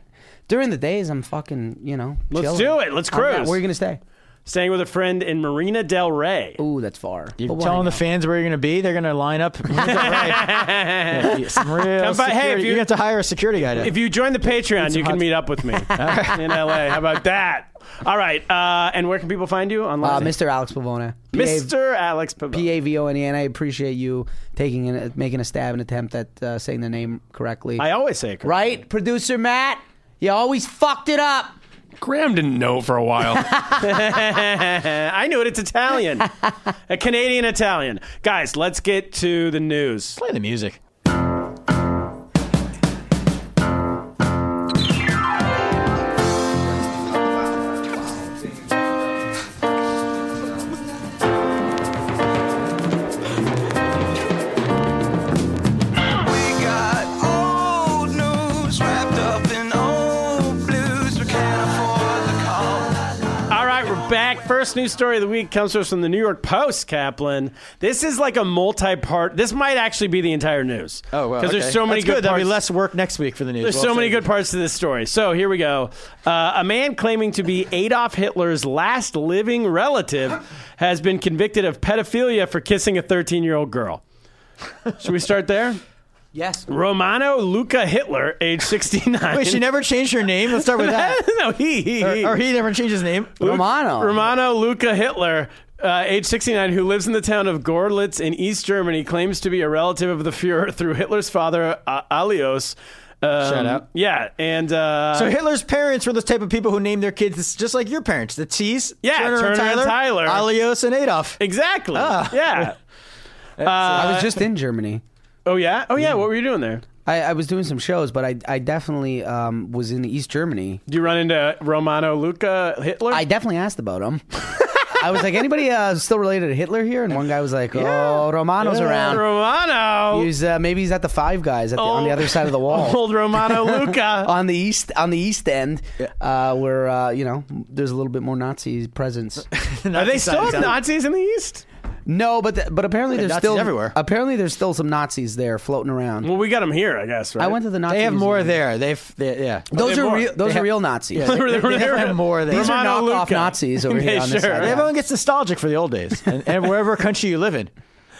C: during the days, I'm fucking, you know.
A: Let's
C: chilling.
A: do it. Let's
C: I'm not-
A: cruise.
C: where are you gonna stay?
A: Staying with a friend in Marina Del Rey.
C: Ooh, that's far.
B: You're
C: But why
B: telling the
C: not?
B: fans where you're going to be. They're going to line up. yeah, some real
A: Come by- hey, if
B: security-
A: you-
B: you're going to have to hire a security guy. To,
A: If you join the Patreon, you can
B: hot-
A: meet up with me in LA. How about that? All right. Uh, and where can people find you
C: uh,
A: online?
C: Mr. Alex Pavona.
A: Mr. Alex Pavone.
C: P A V O N E, and I appreciate you taking an, making a stab and attempt at uh, saying the name correctly.
A: I always say it correctly.
C: right, producer Matt, you always fucked it up.
D: Graham didn't know for a while.
A: I knew it. It's Italian. a Canadian Italian. Guys, let's get to the news.
B: play the music.
A: All right, we're back. First news story of the week comes to us from the New York Post, Kaplan. This is like a multi part. This might actually be the entire news.
B: Oh, wow.
A: Because
B: okay.
A: there's so many
B: That's good. There'll be
A: parts.
B: less work next week for the news.
A: There's
B: Well
A: so many
B: said.
A: good parts to this story. So here we go. Uh, a man claiming to be Adolf Hitler's last living relative has been convicted of pedophilia for kissing a 13 year old girl. Should we start there?
C: Yes.
A: Romano Luca Hitler, age 69.
B: Wait, she never changed her name. Let's start with that.
A: no, he, he,
B: or,
A: he.
B: or he never changed his name.
C: Romano.
A: Romano Luca Hitler, uh, age 69, who lives in the town of Gorlitz in East Germany, claims to be a relative of the Fuhrer through Hitler's father, uh, Alios. Um,
B: Shout out.
A: Yeah, and uh,
B: So Hitler's parents were those type of people who named their kids it's just like your parents, the T's,
A: Yeah,
B: Turner, and
A: Turner and
B: Tyler,
A: Tyler.
B: Alios and Adolf.
A: exactly.
C: Ah.
A: Yeah. Uh,
C: I was just in Germany.
A: Oh yeah. Oh yeah.
C: Mm.
A: What were you doing there?
C: I, I was doing some shows, but I, I definitely um, was in East Germany.
A: Did you run into Romano Luca Hitler?
C: I definitely asked about him. I was like, anybody uh, still related to Hitler here? And one guy was like, oh, Romano's
A: Yeah,
C: around.
A: Romano.
C: He's, uh, maybe he's at the Five Guys at the, on the
A: Oh.
C: other side of the wall.
A: Old Romano Luca.
C: on the east on the east end, uh, where uh, you know there's a little bit more Nazi presence.
A: Are they still have
B: Exactly.
A: Nazis in the East?
C: no, but th- but apparently there's
B: Nazis
C: still
B: everywhere.
C: Apparently there's still some Nazis there floating around.
A: Well, we got them here, I guess. Right?
C: I went to the Nazi.
B: They have more
C: museum.
B: there. They've they, yeah.
A: They
C: Those
A: have
C: are
A: more.
C: real. Those
B: They
C: are
B: have-
C: real Nazis.
B: Yeah, they-
A: They were
B: they
A: there.
B: have more there.
C: These are
A: Romano
C: knockoff
A: Luca.
C: Nazis over
A: Yeah,
C: here on this
A: sure.
C: side.
A: They have
B: Everyone gets nostalgic for the old days and, and wherever country you live in.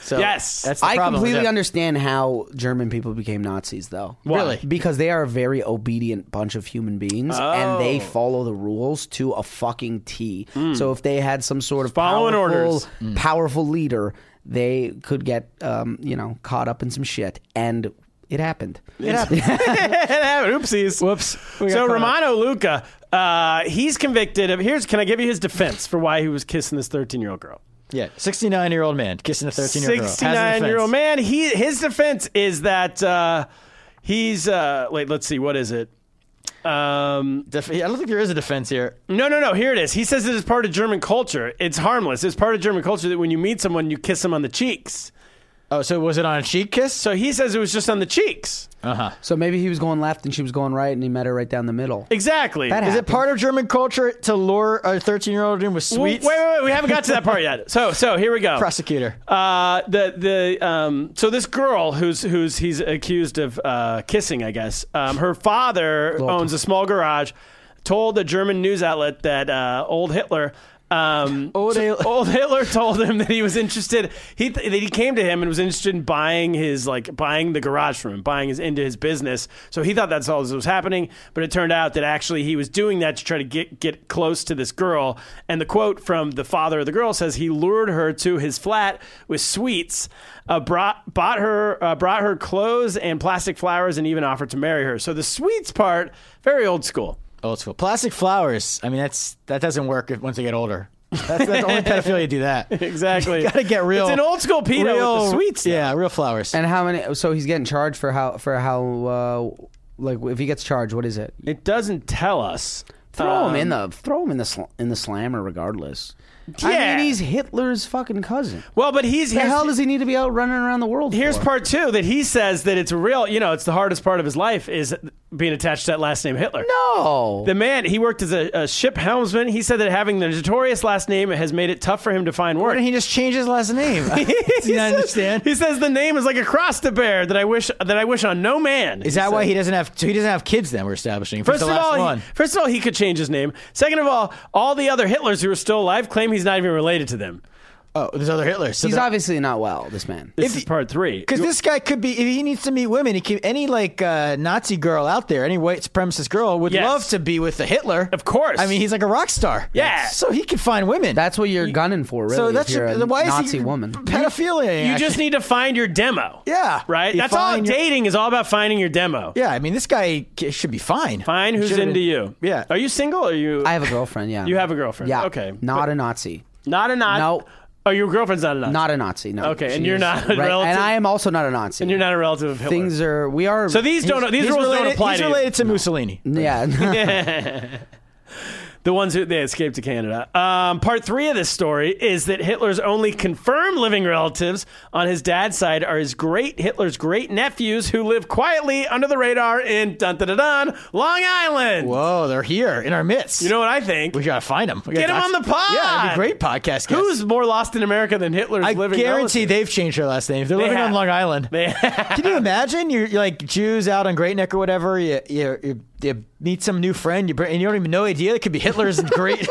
B: So
A: Yes.
B: that's the
C: I
B: problem with
C: completely
B: that.
C: understand how German people became Nazis, though.
B: Why? Really?
C: Because they are a very obedient bunch of human beings, and
B: Oh.
C: they follow the rules to a fucking T.
B: Hmm.
C: So if they had some sort of
A: Following
C: powerful,
A: orders.
C: powerful leader, they could get, um, you know, caught up in some shit, and it happened. It happened.
A: Oopsies. Whoops. So Romano Luca, uh, he's convicted of. Here's. Can I give you his defense for why he was kissing this 13 year old girl?
B: Yeah, sixty-nine year old man kissing a thirteen-year-old girl. Has an
A: 69 year old
B: offense.
A: man. He his defense is that uh, he's uh, wait. Let's see. What is it? Um,
B: Def- I don't think there is a defense here.
A: No, no, no. Here it is. He says it is part of German culture. It's harmless. It's part of German culture that when you meet someone, you kiss them on the cheeks.
B: Oh, so was it on a cheek kiss?
A: So he says it was just on the cheeks.
C: so maybe he was going left and she was going right, and he met her right down the middle.
A: Exactly.
C: That
B: Is it
C: happened.
B: part of German culture to lure a thirteen-year-old in with
A: Well, wait,
B: sweets?
A: wait, wait. We haven't got to that part yet. So, so here we go.
B: Prosecutor.
A: Uh, the the um, so this girl who's who's he's accused of uh, kissing, I guess. Um, her father owns a small garage. Told a German news outlet that uh, old Hitler. Um,
B: Old
A: so-
B: Hitler.
A: old Hitler told him that he was interested. He th- that he came to him and was interested in buying his like buying the garage from him, buying his into his business. So he thought that's all that was happening, but it turned out that actually he was doing that to try to get get close to this girl. And the quote from the father of the girl says he lured her to his flat with sweets, uh, brought bought her uh, brought her clothes and plastic flowers, and even offered to marry her. So the sweets part, very old school.
B: Old school. Plastic flowers. I mean, that's that doesn't work if, once they get older. That's, that's only pedophilia do that.
A: Exactly.
B: You gotta get real.
A: It's an old school pedo with the sweets.
B: Yeah, real flowers.
C: And how many? So he's getting charged for how for how uh, like if he gets charged, what is it?
A: It doesn't tell us.
C: Throw
A: Um,
C: him in the throw him in the sl- in the slammer regardless. I
A: Um, Yeah.
C: mean, he's Hitler's fucking cousin.
A: Well, but he's
C: The
A: here's-
C: hell does he need to be out running around the world?
A: Here's
C: for?
A: part two that he says that it's real. You know, it's the hardest part of his life is being attached to that last name Hitler.
C: No.
A: The man, he worked as a, a ship helmsman. He said that having the notorious last name has made it tough for him to find work.
B: And he just changed his last name. I do not understand.
A: He says the name is like a cross to bear that I wish that I wish on no man.
B: Is that
A: said.
B: why he doesn't have? So he doesn't have kids. Then we're establishing. If he's
A: First
B: the
A: of
B: last
A: all,
B: one.
A: He, first of all, he could change his name. Second of all, all the other Hitlers who are still alive claim he's not even related to them.
B: oh, there's other Hitlers. So
C: He's
B: the-
C: obviously not well, this man.
A: This
B: If
A: is
B: he-
A: part three.
B: Because this guy could be, if he needs to meet women, he can, any like uh, Nazi girl out there, any white supremacist girl would
A: Yes.
B: love to be with the Hitler.
A: Of course.
B: I mean, he's like a rock star.
A: Yeah.
B: So he can find women.
C: That's what you're gunning for, really.
B: so
C: if
B: that's
C: you're a
B: your- why is
C: Nazi
B: he,
C: woman.
B: Pedophilia.
A: you just need to find your demo.
B: Yeah.
A: Right?
B: You
A: That's all
B: find your-
A: dating is all about finding your demo.
B: Yeah, I mean, this guy c- should be fine.
A: Find who's
B: Should've
A: into
B: been-
A: you.
B: Yeah.
A: Are you single? Or are you
C: I have a girlfriend, yeah.
A: You have a girlfriend.
C: Yeah.
A: Okay.
C: Not
A: But-
C: a Nazi.
A: not a not?
C: No.
A: Oh, your girlfriend's not a not.
C: Not a Nazi, no.
A: Okay, and
C: She's
A: you're not a
C: right-
A: relative-
C: And I am also not a Nazi.
A: And you're not a relative of Hitler.
C: Things are, we are.
A: so these don't these
B: He's
A: rules
B: related,
A: don't apply
B: he's
A: to you.
B: related to Mussolini.
C: Yeah.
A: The ones who they escaped to Canada. Um, part three of this story is that Hitler's only confirmed living relatives on his dad's side are his great Hitler's great nephews who live quietly under the radar in dun dun dun, dun Long Island.
B: Whoa, they're here in our midst.
A: You know what I think?
B: we gotta find him. We
A: Get
B: gotta
A: him
B: doc-
A: on the pod!
B: Yeah, that'd be great podcast. guest.
A: Who's more lost in America than Hitler's
B: I
A: living
B: guarantee
A: relatives?
B: they've changed their last name. They're living
A: have.
B: on Long Island.
A: They-
B: Can you imagine? You're, you're like Jews out on Great Neck or whatever. You you, you, you meet some new friend, you bring, and you don't even know idea. It could be Hitler's great.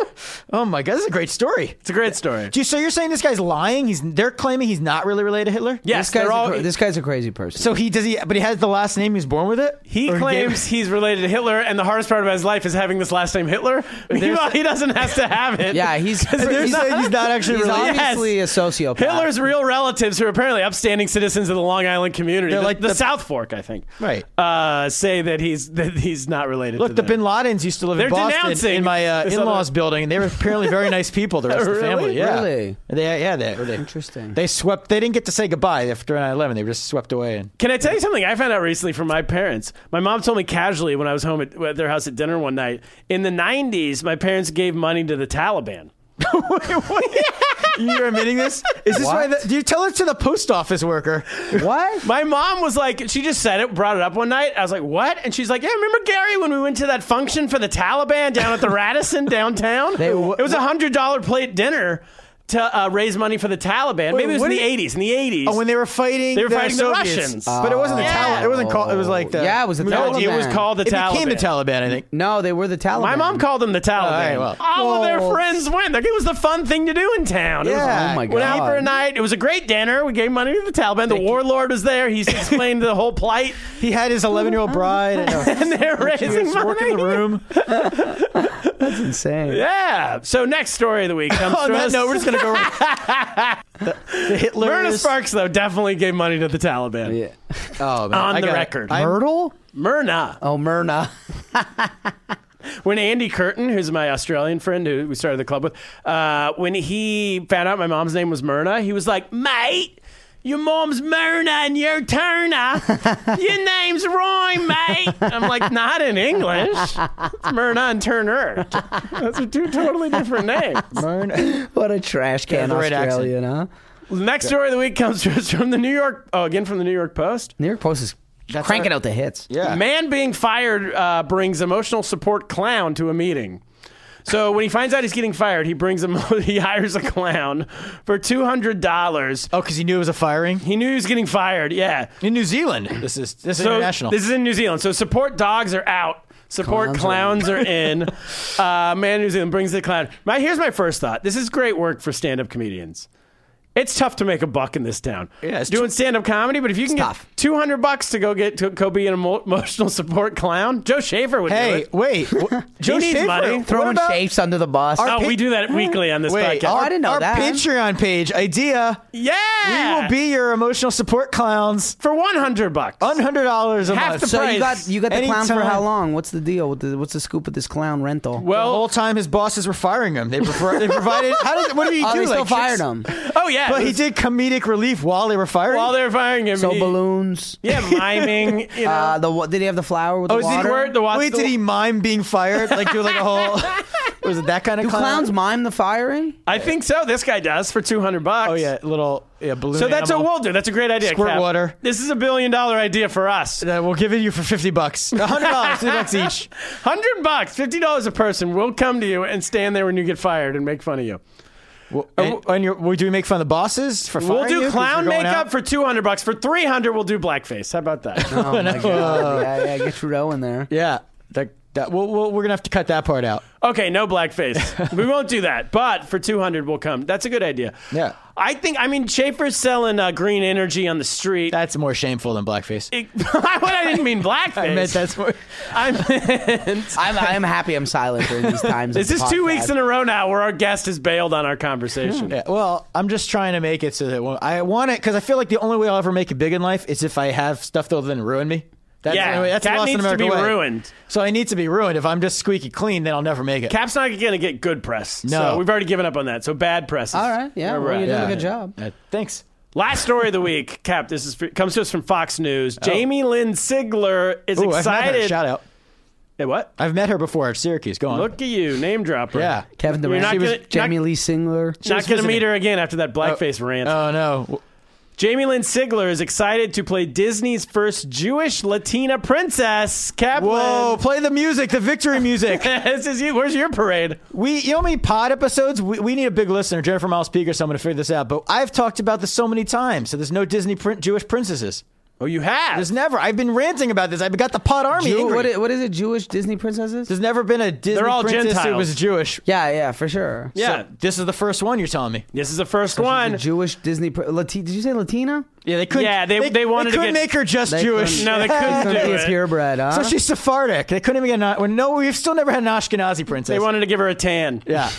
B: Oh my god, this is a great story.
A: it's a great story.
B: Do you, so you're saying this guy's lying? He's they're claiming he's not really related to Hitler.
A: Yes,
C: this, guy's
A: they're
C: a
A: all.
C: cra- this guy's a crazy person.
B: So he does he, but he has the last name. He was born with it.
A: he
B: Or gave-
A: claims he's related to Hitler, and the hardest part about his life is having this last name Hitler. Meanwhile, he doesn't have to have it.
C: yeah, he's.
B: And they're
C: he's,
B: saying he's not actually
C: he's
B: related.
C: obviously a sociopath.
A: Hitler's real relatives, who are apparently upstanding citizens of the Long Island community,
B: They're
A: the,
B: like
A: the,
B: the-
A: South Fork, I think,
B: Right.
A: uh, say that he's that he's not related. to
B: Look, the
A: them.
B: Bin Ladens used to live
A: They're
B: in Boston
A: denouncing
B: in my uh,
A: this
B: in-laws
A: other-
B: building, and they were apparently very nice people. The rest of the
A: Really?
B: family, yeah,
C: Really?
B: they, yeah, they, they
C: Interesting.
B: They swept. They didn't get to say goodbye after 9-11. They were just swept away. And
A: Can I tell you something I found out recently from my parents? My mom told me casually when I was home at, at their house at dinner one night. In the '90s, my parents gave money to the Taliban.
B: You're admitting this? Is this why?
C: What?
B: The, do you tell it to the post office worker?
C: What?
A: My mom was like, she just said it, brought it up one night. I was like, what? And she's like, yeah, remember Gary when we went to that function for the Taliban down at the Radisson downtown?
C: They w-
A: it was a hundred dollar plate dinner to uh, raise money for the Taliban. Maybe it was in
B: what
A: the
B: do you-
A: '80s. In the '80s,
B: Oh, when they were fighting,
A: They were fighting the
B: Soviets.
A: Russians.
B: but it wasn't the
A: Yeah.
B: Taliban. It wasn't called. It was like the
C: Yeah, it was the
A: no, it was
C: Taliban.
A: called the
B: it
A: Taliban.
B: became the Taliban, I think.
C: No, they were the Taliban.
A: My mom called them the Taliban.
B: all right, well. Oh.
A: All of their
C: Well-
A: friends went. Like, it was the fun thing to do in town. It was
B: Yeah.
C: Oh my
A: Went out for a
C: God.
A: night. It was a great dinner. We gave money to the Taliban. The warlord was there. He explained the whole plight,
B: He had his 11 year old bride and a
A: and they're raising money.
B: working in the room.
C: Insane.
A: Yeah. So next story of the week comes
B: On
A: to
B: that
A: us.
B: note, we're just gonna go. the, the Hitler.
A: Myrna Sparks though definitely gave money to the Taliban.
C: Yeah.
B: Oh man,
A: On
B: I
A: the
B: got it.
A: record.
B: I'm-
C: Myrtle?
A: Myrna.
C: Oh, Myrna.
A: When Andy Curtin, who's my Australian friend who we started the club with, uh, when he found out my mom's name was Myrna, he was like, "Mate, your mom's Myrna and your Turner. your name's rhyme, mate." I'm like, "Not in English. It's Myrna and Turner. Those are two totally different names."
B: Myrna.
C: What a trash can
B: the right
C: Australian, huh?
A: Next story of the week comes to us from the New York. Oh, again from the New York Post.
C: New York Post is cranking out the hits.
B: Yeah.
A: Man being fired uh, brings emotional support clown to a meeting. So when he finds out he's getting fired, he brings him. He hires a clown for two hundred dollars.
B: Oh, because he knew it was a firing
A: He knew he was getting fired. Yeah.
B: in New Zealand. This is this is
A: So
B: international.
A: This is in New Zealand. So support dogs are out. Support clowns, are in. uh, man, in New Zealand brings the clown. My here's my first thought. This is great work for stand-up comedians. It's tough to make a buck in this town.
B: Yeah, it's
A: doing
B: tr-
A: stand-up comedy, but if you can get
B: tough.
A: two hundred bucks to go get to go be an emo- emotional support clown, Joe Schaefer would. do
B: hey,
A: it.
B: wait. wh- Joe
A: needs
B: Schaefer,
A: money.
B: what
C: Throwing
B: about-
C: shapes under the bus.
A: Oh, we do that weekly on this
B: Wait, uh,
A: podcast.
B: our,
C: I didn't know
B: our
C: that.
B: Patreon page idea.
A: yeah,
B: We will be your emotional support clowns.
A: for one hundred bucks.
B: One hundred dollars a
A: Half
B: month.
A: the
C: so you
A: price.
C: got you got the clown for
B: Anytime.
C: how long? What's the deal? With the, what's the scoop with this clown rental?
B: the
A: well,
B: whole time his bosses were firing him. They, prefer, they provided. How did? What did he
C: oh,
B: do?
C: they still
B: like,
C: fired
B: tricks?
C: him.
A: oh yeah,
B: But
A: it
B: he
A: was-
B: did comedic relief while they were firing.
A: while they're firing him.
C: So
A: he-
C: balloons.
A: Yeah, miming. You know,
C: Uh, the wa- did he have the flower with
B: Oh,
C: the
B: is he
C: water?
A: word- the wa-
B: Wait, did he mime being fired? Like do like a whole? Was it that kind of
C: Do
B: clown?
C: clowns mime the firing?
A: I think so. This guy does for two hundred bucks.
B: Oh yeah, little yeah balloon.
A: So that's what
B: animal.
A: we'll do. That's a great idea.
B: Squirt
A: Cap.
B: water.
A: This is a billion dollar idea for us.
B: That we'll give it to you for fifty bucks, hundred dollars, fifty bucks each.
A: Hundred bucks, fifty dollars a person. We'll come to you and stand there when you get fired and make fun of you.
B: And, and you're, well, do we make fun of the bosses for
A: We'll
B: firing you
A: do
B: 'cause
A: clown
B: you're going
A: makeup
B: out?
A: for two hundred bucks. For three hundred, we'll do blackface. How about that?
C: Oh my god! yeah, yeah, get Trudeau in there.
B: Yeah, that that we'll, we'll, we're gonna have to cut that part out.
A: Okay, no blackface. we won't do that. But for 200, we'll come. That's a good idea.
B: Yeah.
A: I think, I mean, Schaefer's selling uh, green energy on the street.
B: That's more shameful than blackface.
A: It- what I didn't mean blackface.
B: I meant that's more.
A: I meant-
C: I'm, I'm happy I'm silent during these times.
A: this is two weeks in a row now where our guest has bailed on our conversation.
B: Yeah, well, I'm just trying to make it so that when, I want it because I feel like the only way I'll ever make it big in life is if I have stuff that'll then ruin me. That's
A: Yeah,
B: the only way- that's the
A: Cap
B: Lost in
A: needs to
B: America
A: be
B: way.
A: ruined.
B: So I need to be ruined. If I'm just squeaky clean, then I'll never make it.
A: Cap's not going to get good press.
B: No.
A: So we've already given up on that. So bad press.
C: All right, yeah, well, you're doing
B: Yeah.
C: a good job.
B: Uh, thanks.
A: Last story of the week, Cap. This is comes to us from Fox News. Jamie Lynn Sigler is
B: Oh. Ooh, I've met her.
A: excited.
B: Shout out.
A: Hey, what?
B: I've met her before at Syracuse. Go on.
A: Look at you, name dropper.
B: Yeah.
C: Kevin
A: You're
C: Durant,
A: not
C: she was
A: gonna- not-
C: Jamie Lee Singler.
A: Not going to meet
B: visiting.
A: her again after that blackface rant.
B: Oh no.
A: Jamie Lynn Sigler is excited to play Disney's first Jewish Latina princess, Kaplan.
B: Whoa! Play the music, the victory music.
A: this is you. Where's your parade?
B: We, you know, how many pod episodes? We, we need a big listener, Jennifer Miles Peake or someone to figure this out. But I've talked about this so many times. So there's no Disney prin- Jewish princesses.
A: Oh, you have.
B: There's never. I've been ranting about this. I've got the pod army.
C: Jew-
B: angry.
C: what, i- what is it? Jewish Disney princesses?
B: there's never been a Disney
A: They're all
B: princess who
A: Gentiles.
B: was Jewish.
C: yeah, yeah, for sure.
A: yeah.
B: So this is the first one you're telling me.
A: this is the first
C: The
A: one.
C: Jewish Disney. Pr- Lati- did you say Latina?
B: Yeah, they couldn't.
A: Yeah, they- they wanted to
B: couldn't
A: get-
B: make her just
C: They
B: Jewish.
C: couldn't-
A: No, they couldn't do
C: Gonna be a
A: it.
C: purebred,
B: So
C: huh?
B: she's Sephardic. They couldn't even get an. No, we've still never had an Ashkenazi princess.
A: They wanted to give her a tan.
B: yeah.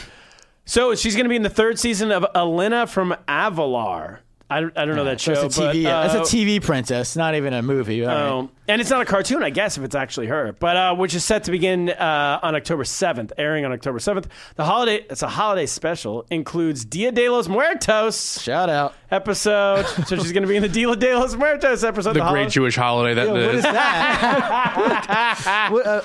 A: So she's going to be in the third season of Elena from Avalar. I, don't- I don't know that show.
B: That's a
A: but,
B: TV.
A: uh,
B: that's a TV princess, not even a movie. All right.
A: Oh, and it's not a cartoon, I guess, if it's actually her. But uh, which is set to begin uh, on October seventh, airing on October seventh. The holiday—it's a holiday special—includes Dia de los Muertos
B: Shout out.
A: episode. so she's going to be in the Dia de los Muertos episode.
D: The
A: of
D: great
A: holiday-
D: Jewish holiday that
E: Oh,
B: What is
D: is.
B: that? What, uh,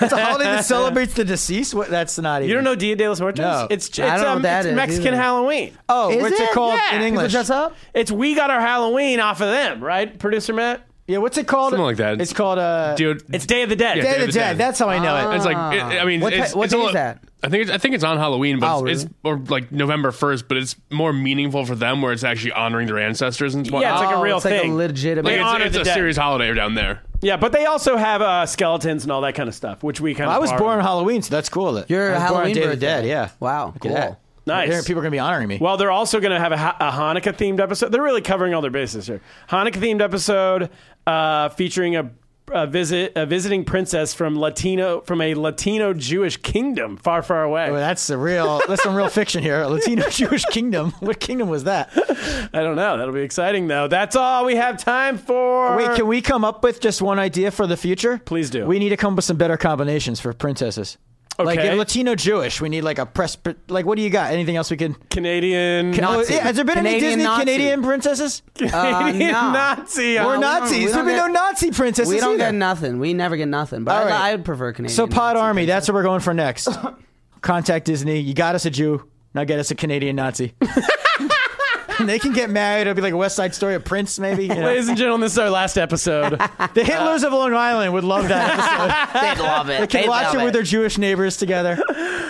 B: it's a holiday that celebrates the deceased. What? That's not even.
A: You don't know Dia de los Muertos?
B: No.
A: It's it's,
C: I don't know
A: um,
C: what that
A: it's
C: is
A: Mexican
C: either.
A: Halloween.
B: Oh,
C: Is
B: what's it,
C: it?
B: called
A: Yeah.
B: in
A: People
B: English?
C: People dress up.
A: It's we got our Halloween off of them, right, producer Matt?
B: Yeah, what's it called?
D: Something like that.
B: It's called uh,
D: Dude,
A: It's Day of the Dead.
D: Yeah.
B: Day of the Dead. That's how I know it.
D: It's like it, I mean,
C: What
D: it's,
C: ti- what
D: it's a
C: day is
D: lo-
C: that?
D: I think it's, I think it's on Halloween, but
C: Oh,
D: it's, it's or like November first, but it's more meaningful for them where it's actually honoring their ancestors and
A: Yeah, it's
D: whatnot.
A: like a
C: Oh,
A: real
C: it's like
A: thing.
C: a legitimate.
A: They
D: Like,
A: honor
D: it's,
A: the
D: it's a
A: dead.
D: serious holiday down there.
A: yeah, but they also have uh, skeletons and all that kind of stuff, which we kind of.
B: I was
A: borrow.
B: born on Halloween, so that's cool. that- I
C: You're
B: was
C: a
B: born on
C: Halloween
B: Day of the
C: birthday.
B: Dead. Yeah.
C: Wow,
B: Look
C: cool.
B: at that.
A: Nice.
B: Here, People are gonna be honoring me.
A: Well, they're also going to have a, Ha- a Hanukkah themed episode. They're really covering all their bases here. Hanukkah themed episode uh, featuring a, a visit a visiting princess from Latino from a Latino Jewish kingdom far far away.
B: Oh, that's the real. That's some real fiction here. A Latino Jewish kingdom. What kingdom was that?
A: I don't know. That'll be exciting though. That's all we have time for.
B: Oh, Wait, can we come up with just one idea for the future?
A: Please do.
B: We need to come up with some better combinations for princesses. Like
A: Okay.
B: if Latino Jewish, we need like a press. Like, what do you got? Anything else we can?
A: Canadian
B: Oh,
C: Nazi.
B: yeah, has there been any
C: Canadian
B: Disney
C: Nazi.
B: Canadian princesses? Uh,
A: Canadian
C: Uh, no.
A: Nazi? uh,
B: or
C: we don't-
B: Nazis?
C: we
B: There's
C: don't
B: been no
C: get-
B: Nazi princesses.
C: We don't
B: either.
C: get nothing. We never get nothing. But
B: All
C: I,
B: right.
C: I would prefer Canadian.
B: So Pod
C: Nazi.
B: Army, that's what we're going for next. Contact Disney. You got us a Jew. Now get us a Canadian Nazi. And they can get married. It'll be like a West Side Story of Prince, maybe. you know.
A: Ladies and gentlemen, this is our last episode.
B: The Hitlers of Long Island would love that episode.
C: They'd love it.
B: they can
C: They'd
B: watch
C: love
B: it with their Jewish neighbors together.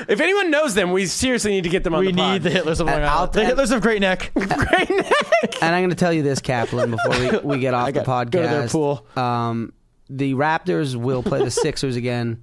A: if anyone knows them, we seriously need to get them on
B: We
A: the pod.
B: need the Hitlers of Long
C: And I'll-
B: Island. The
C: and-
B: Hitlers of Great Neck.
C: And I'm going to tell you this, Kaplan, before we, we get off the podcast.
B: go to their pool.
C: Um, the Raptors will play the Sixers again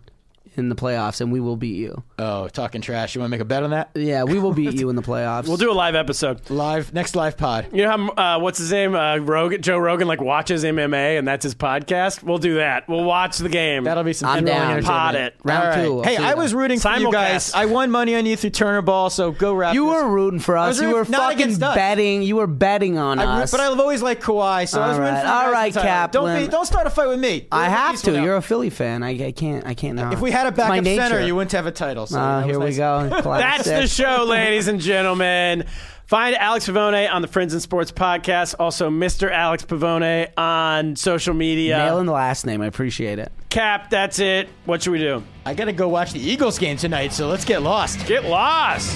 C: in the playoffs, and we will beat you.
B: Oh, talking trash. You want to make a bet on that?
C: Yeah, we will beat you in the playoffs.
A: We'll do a live episode.
B: Live next live pod.
A: You know how uh, what's his name? Uh, Rogan, Joe Rogan like watches MMA and that's his podcast. We'll do that. We'll watch the game.
B: That'll be some
C: I'm
B: thrilling
C: down.
B: entertainment.
A: Pod it.
C: Round
B: All right.
C: two, I'll
B: Hey,
C: see you
B: I
C: then.
B: was rooting for you
A: Simulcast.
B: guys. I won money on you through Turner Ball, so go Raptors.
C: You were rooting for
B: was
C: us. You
B: rooting-
C: were
B: not
C: fucking
B: against us.
C: betting. You were betting on
B: I,
C: us.
B: but I've always liked Kawhi, so I was
C: All
B: rooting
C: right.
B: for you guys
C: All right,
B: entirely. Don't be,
C: Kaplan.
B: don't start a fight with me.
C: I
B: We'll
C: have
B: piece
C: to.
B: one out.
C: You're a Philly fan. I, I can't. I can't. Now.
B: If we had a
C: It's my
B: backup center,
C: nature.
B: you wouldn't have a title. So
C: Uh,
B: that was
C: here we
B: nice.
C: go.
A: That's the
C: Classic.
A: show, ladies and gentlemen. Find Alex Pavone on the Friends and Sports podcast. Also, Mr. Alex Pavone on social media.
C: Nailing the last name. I appreciate it.
A: recap. That's it. What should we do?
B: I gotta go watch the Eagles game tonight, so let's get lost.
A: Get lost.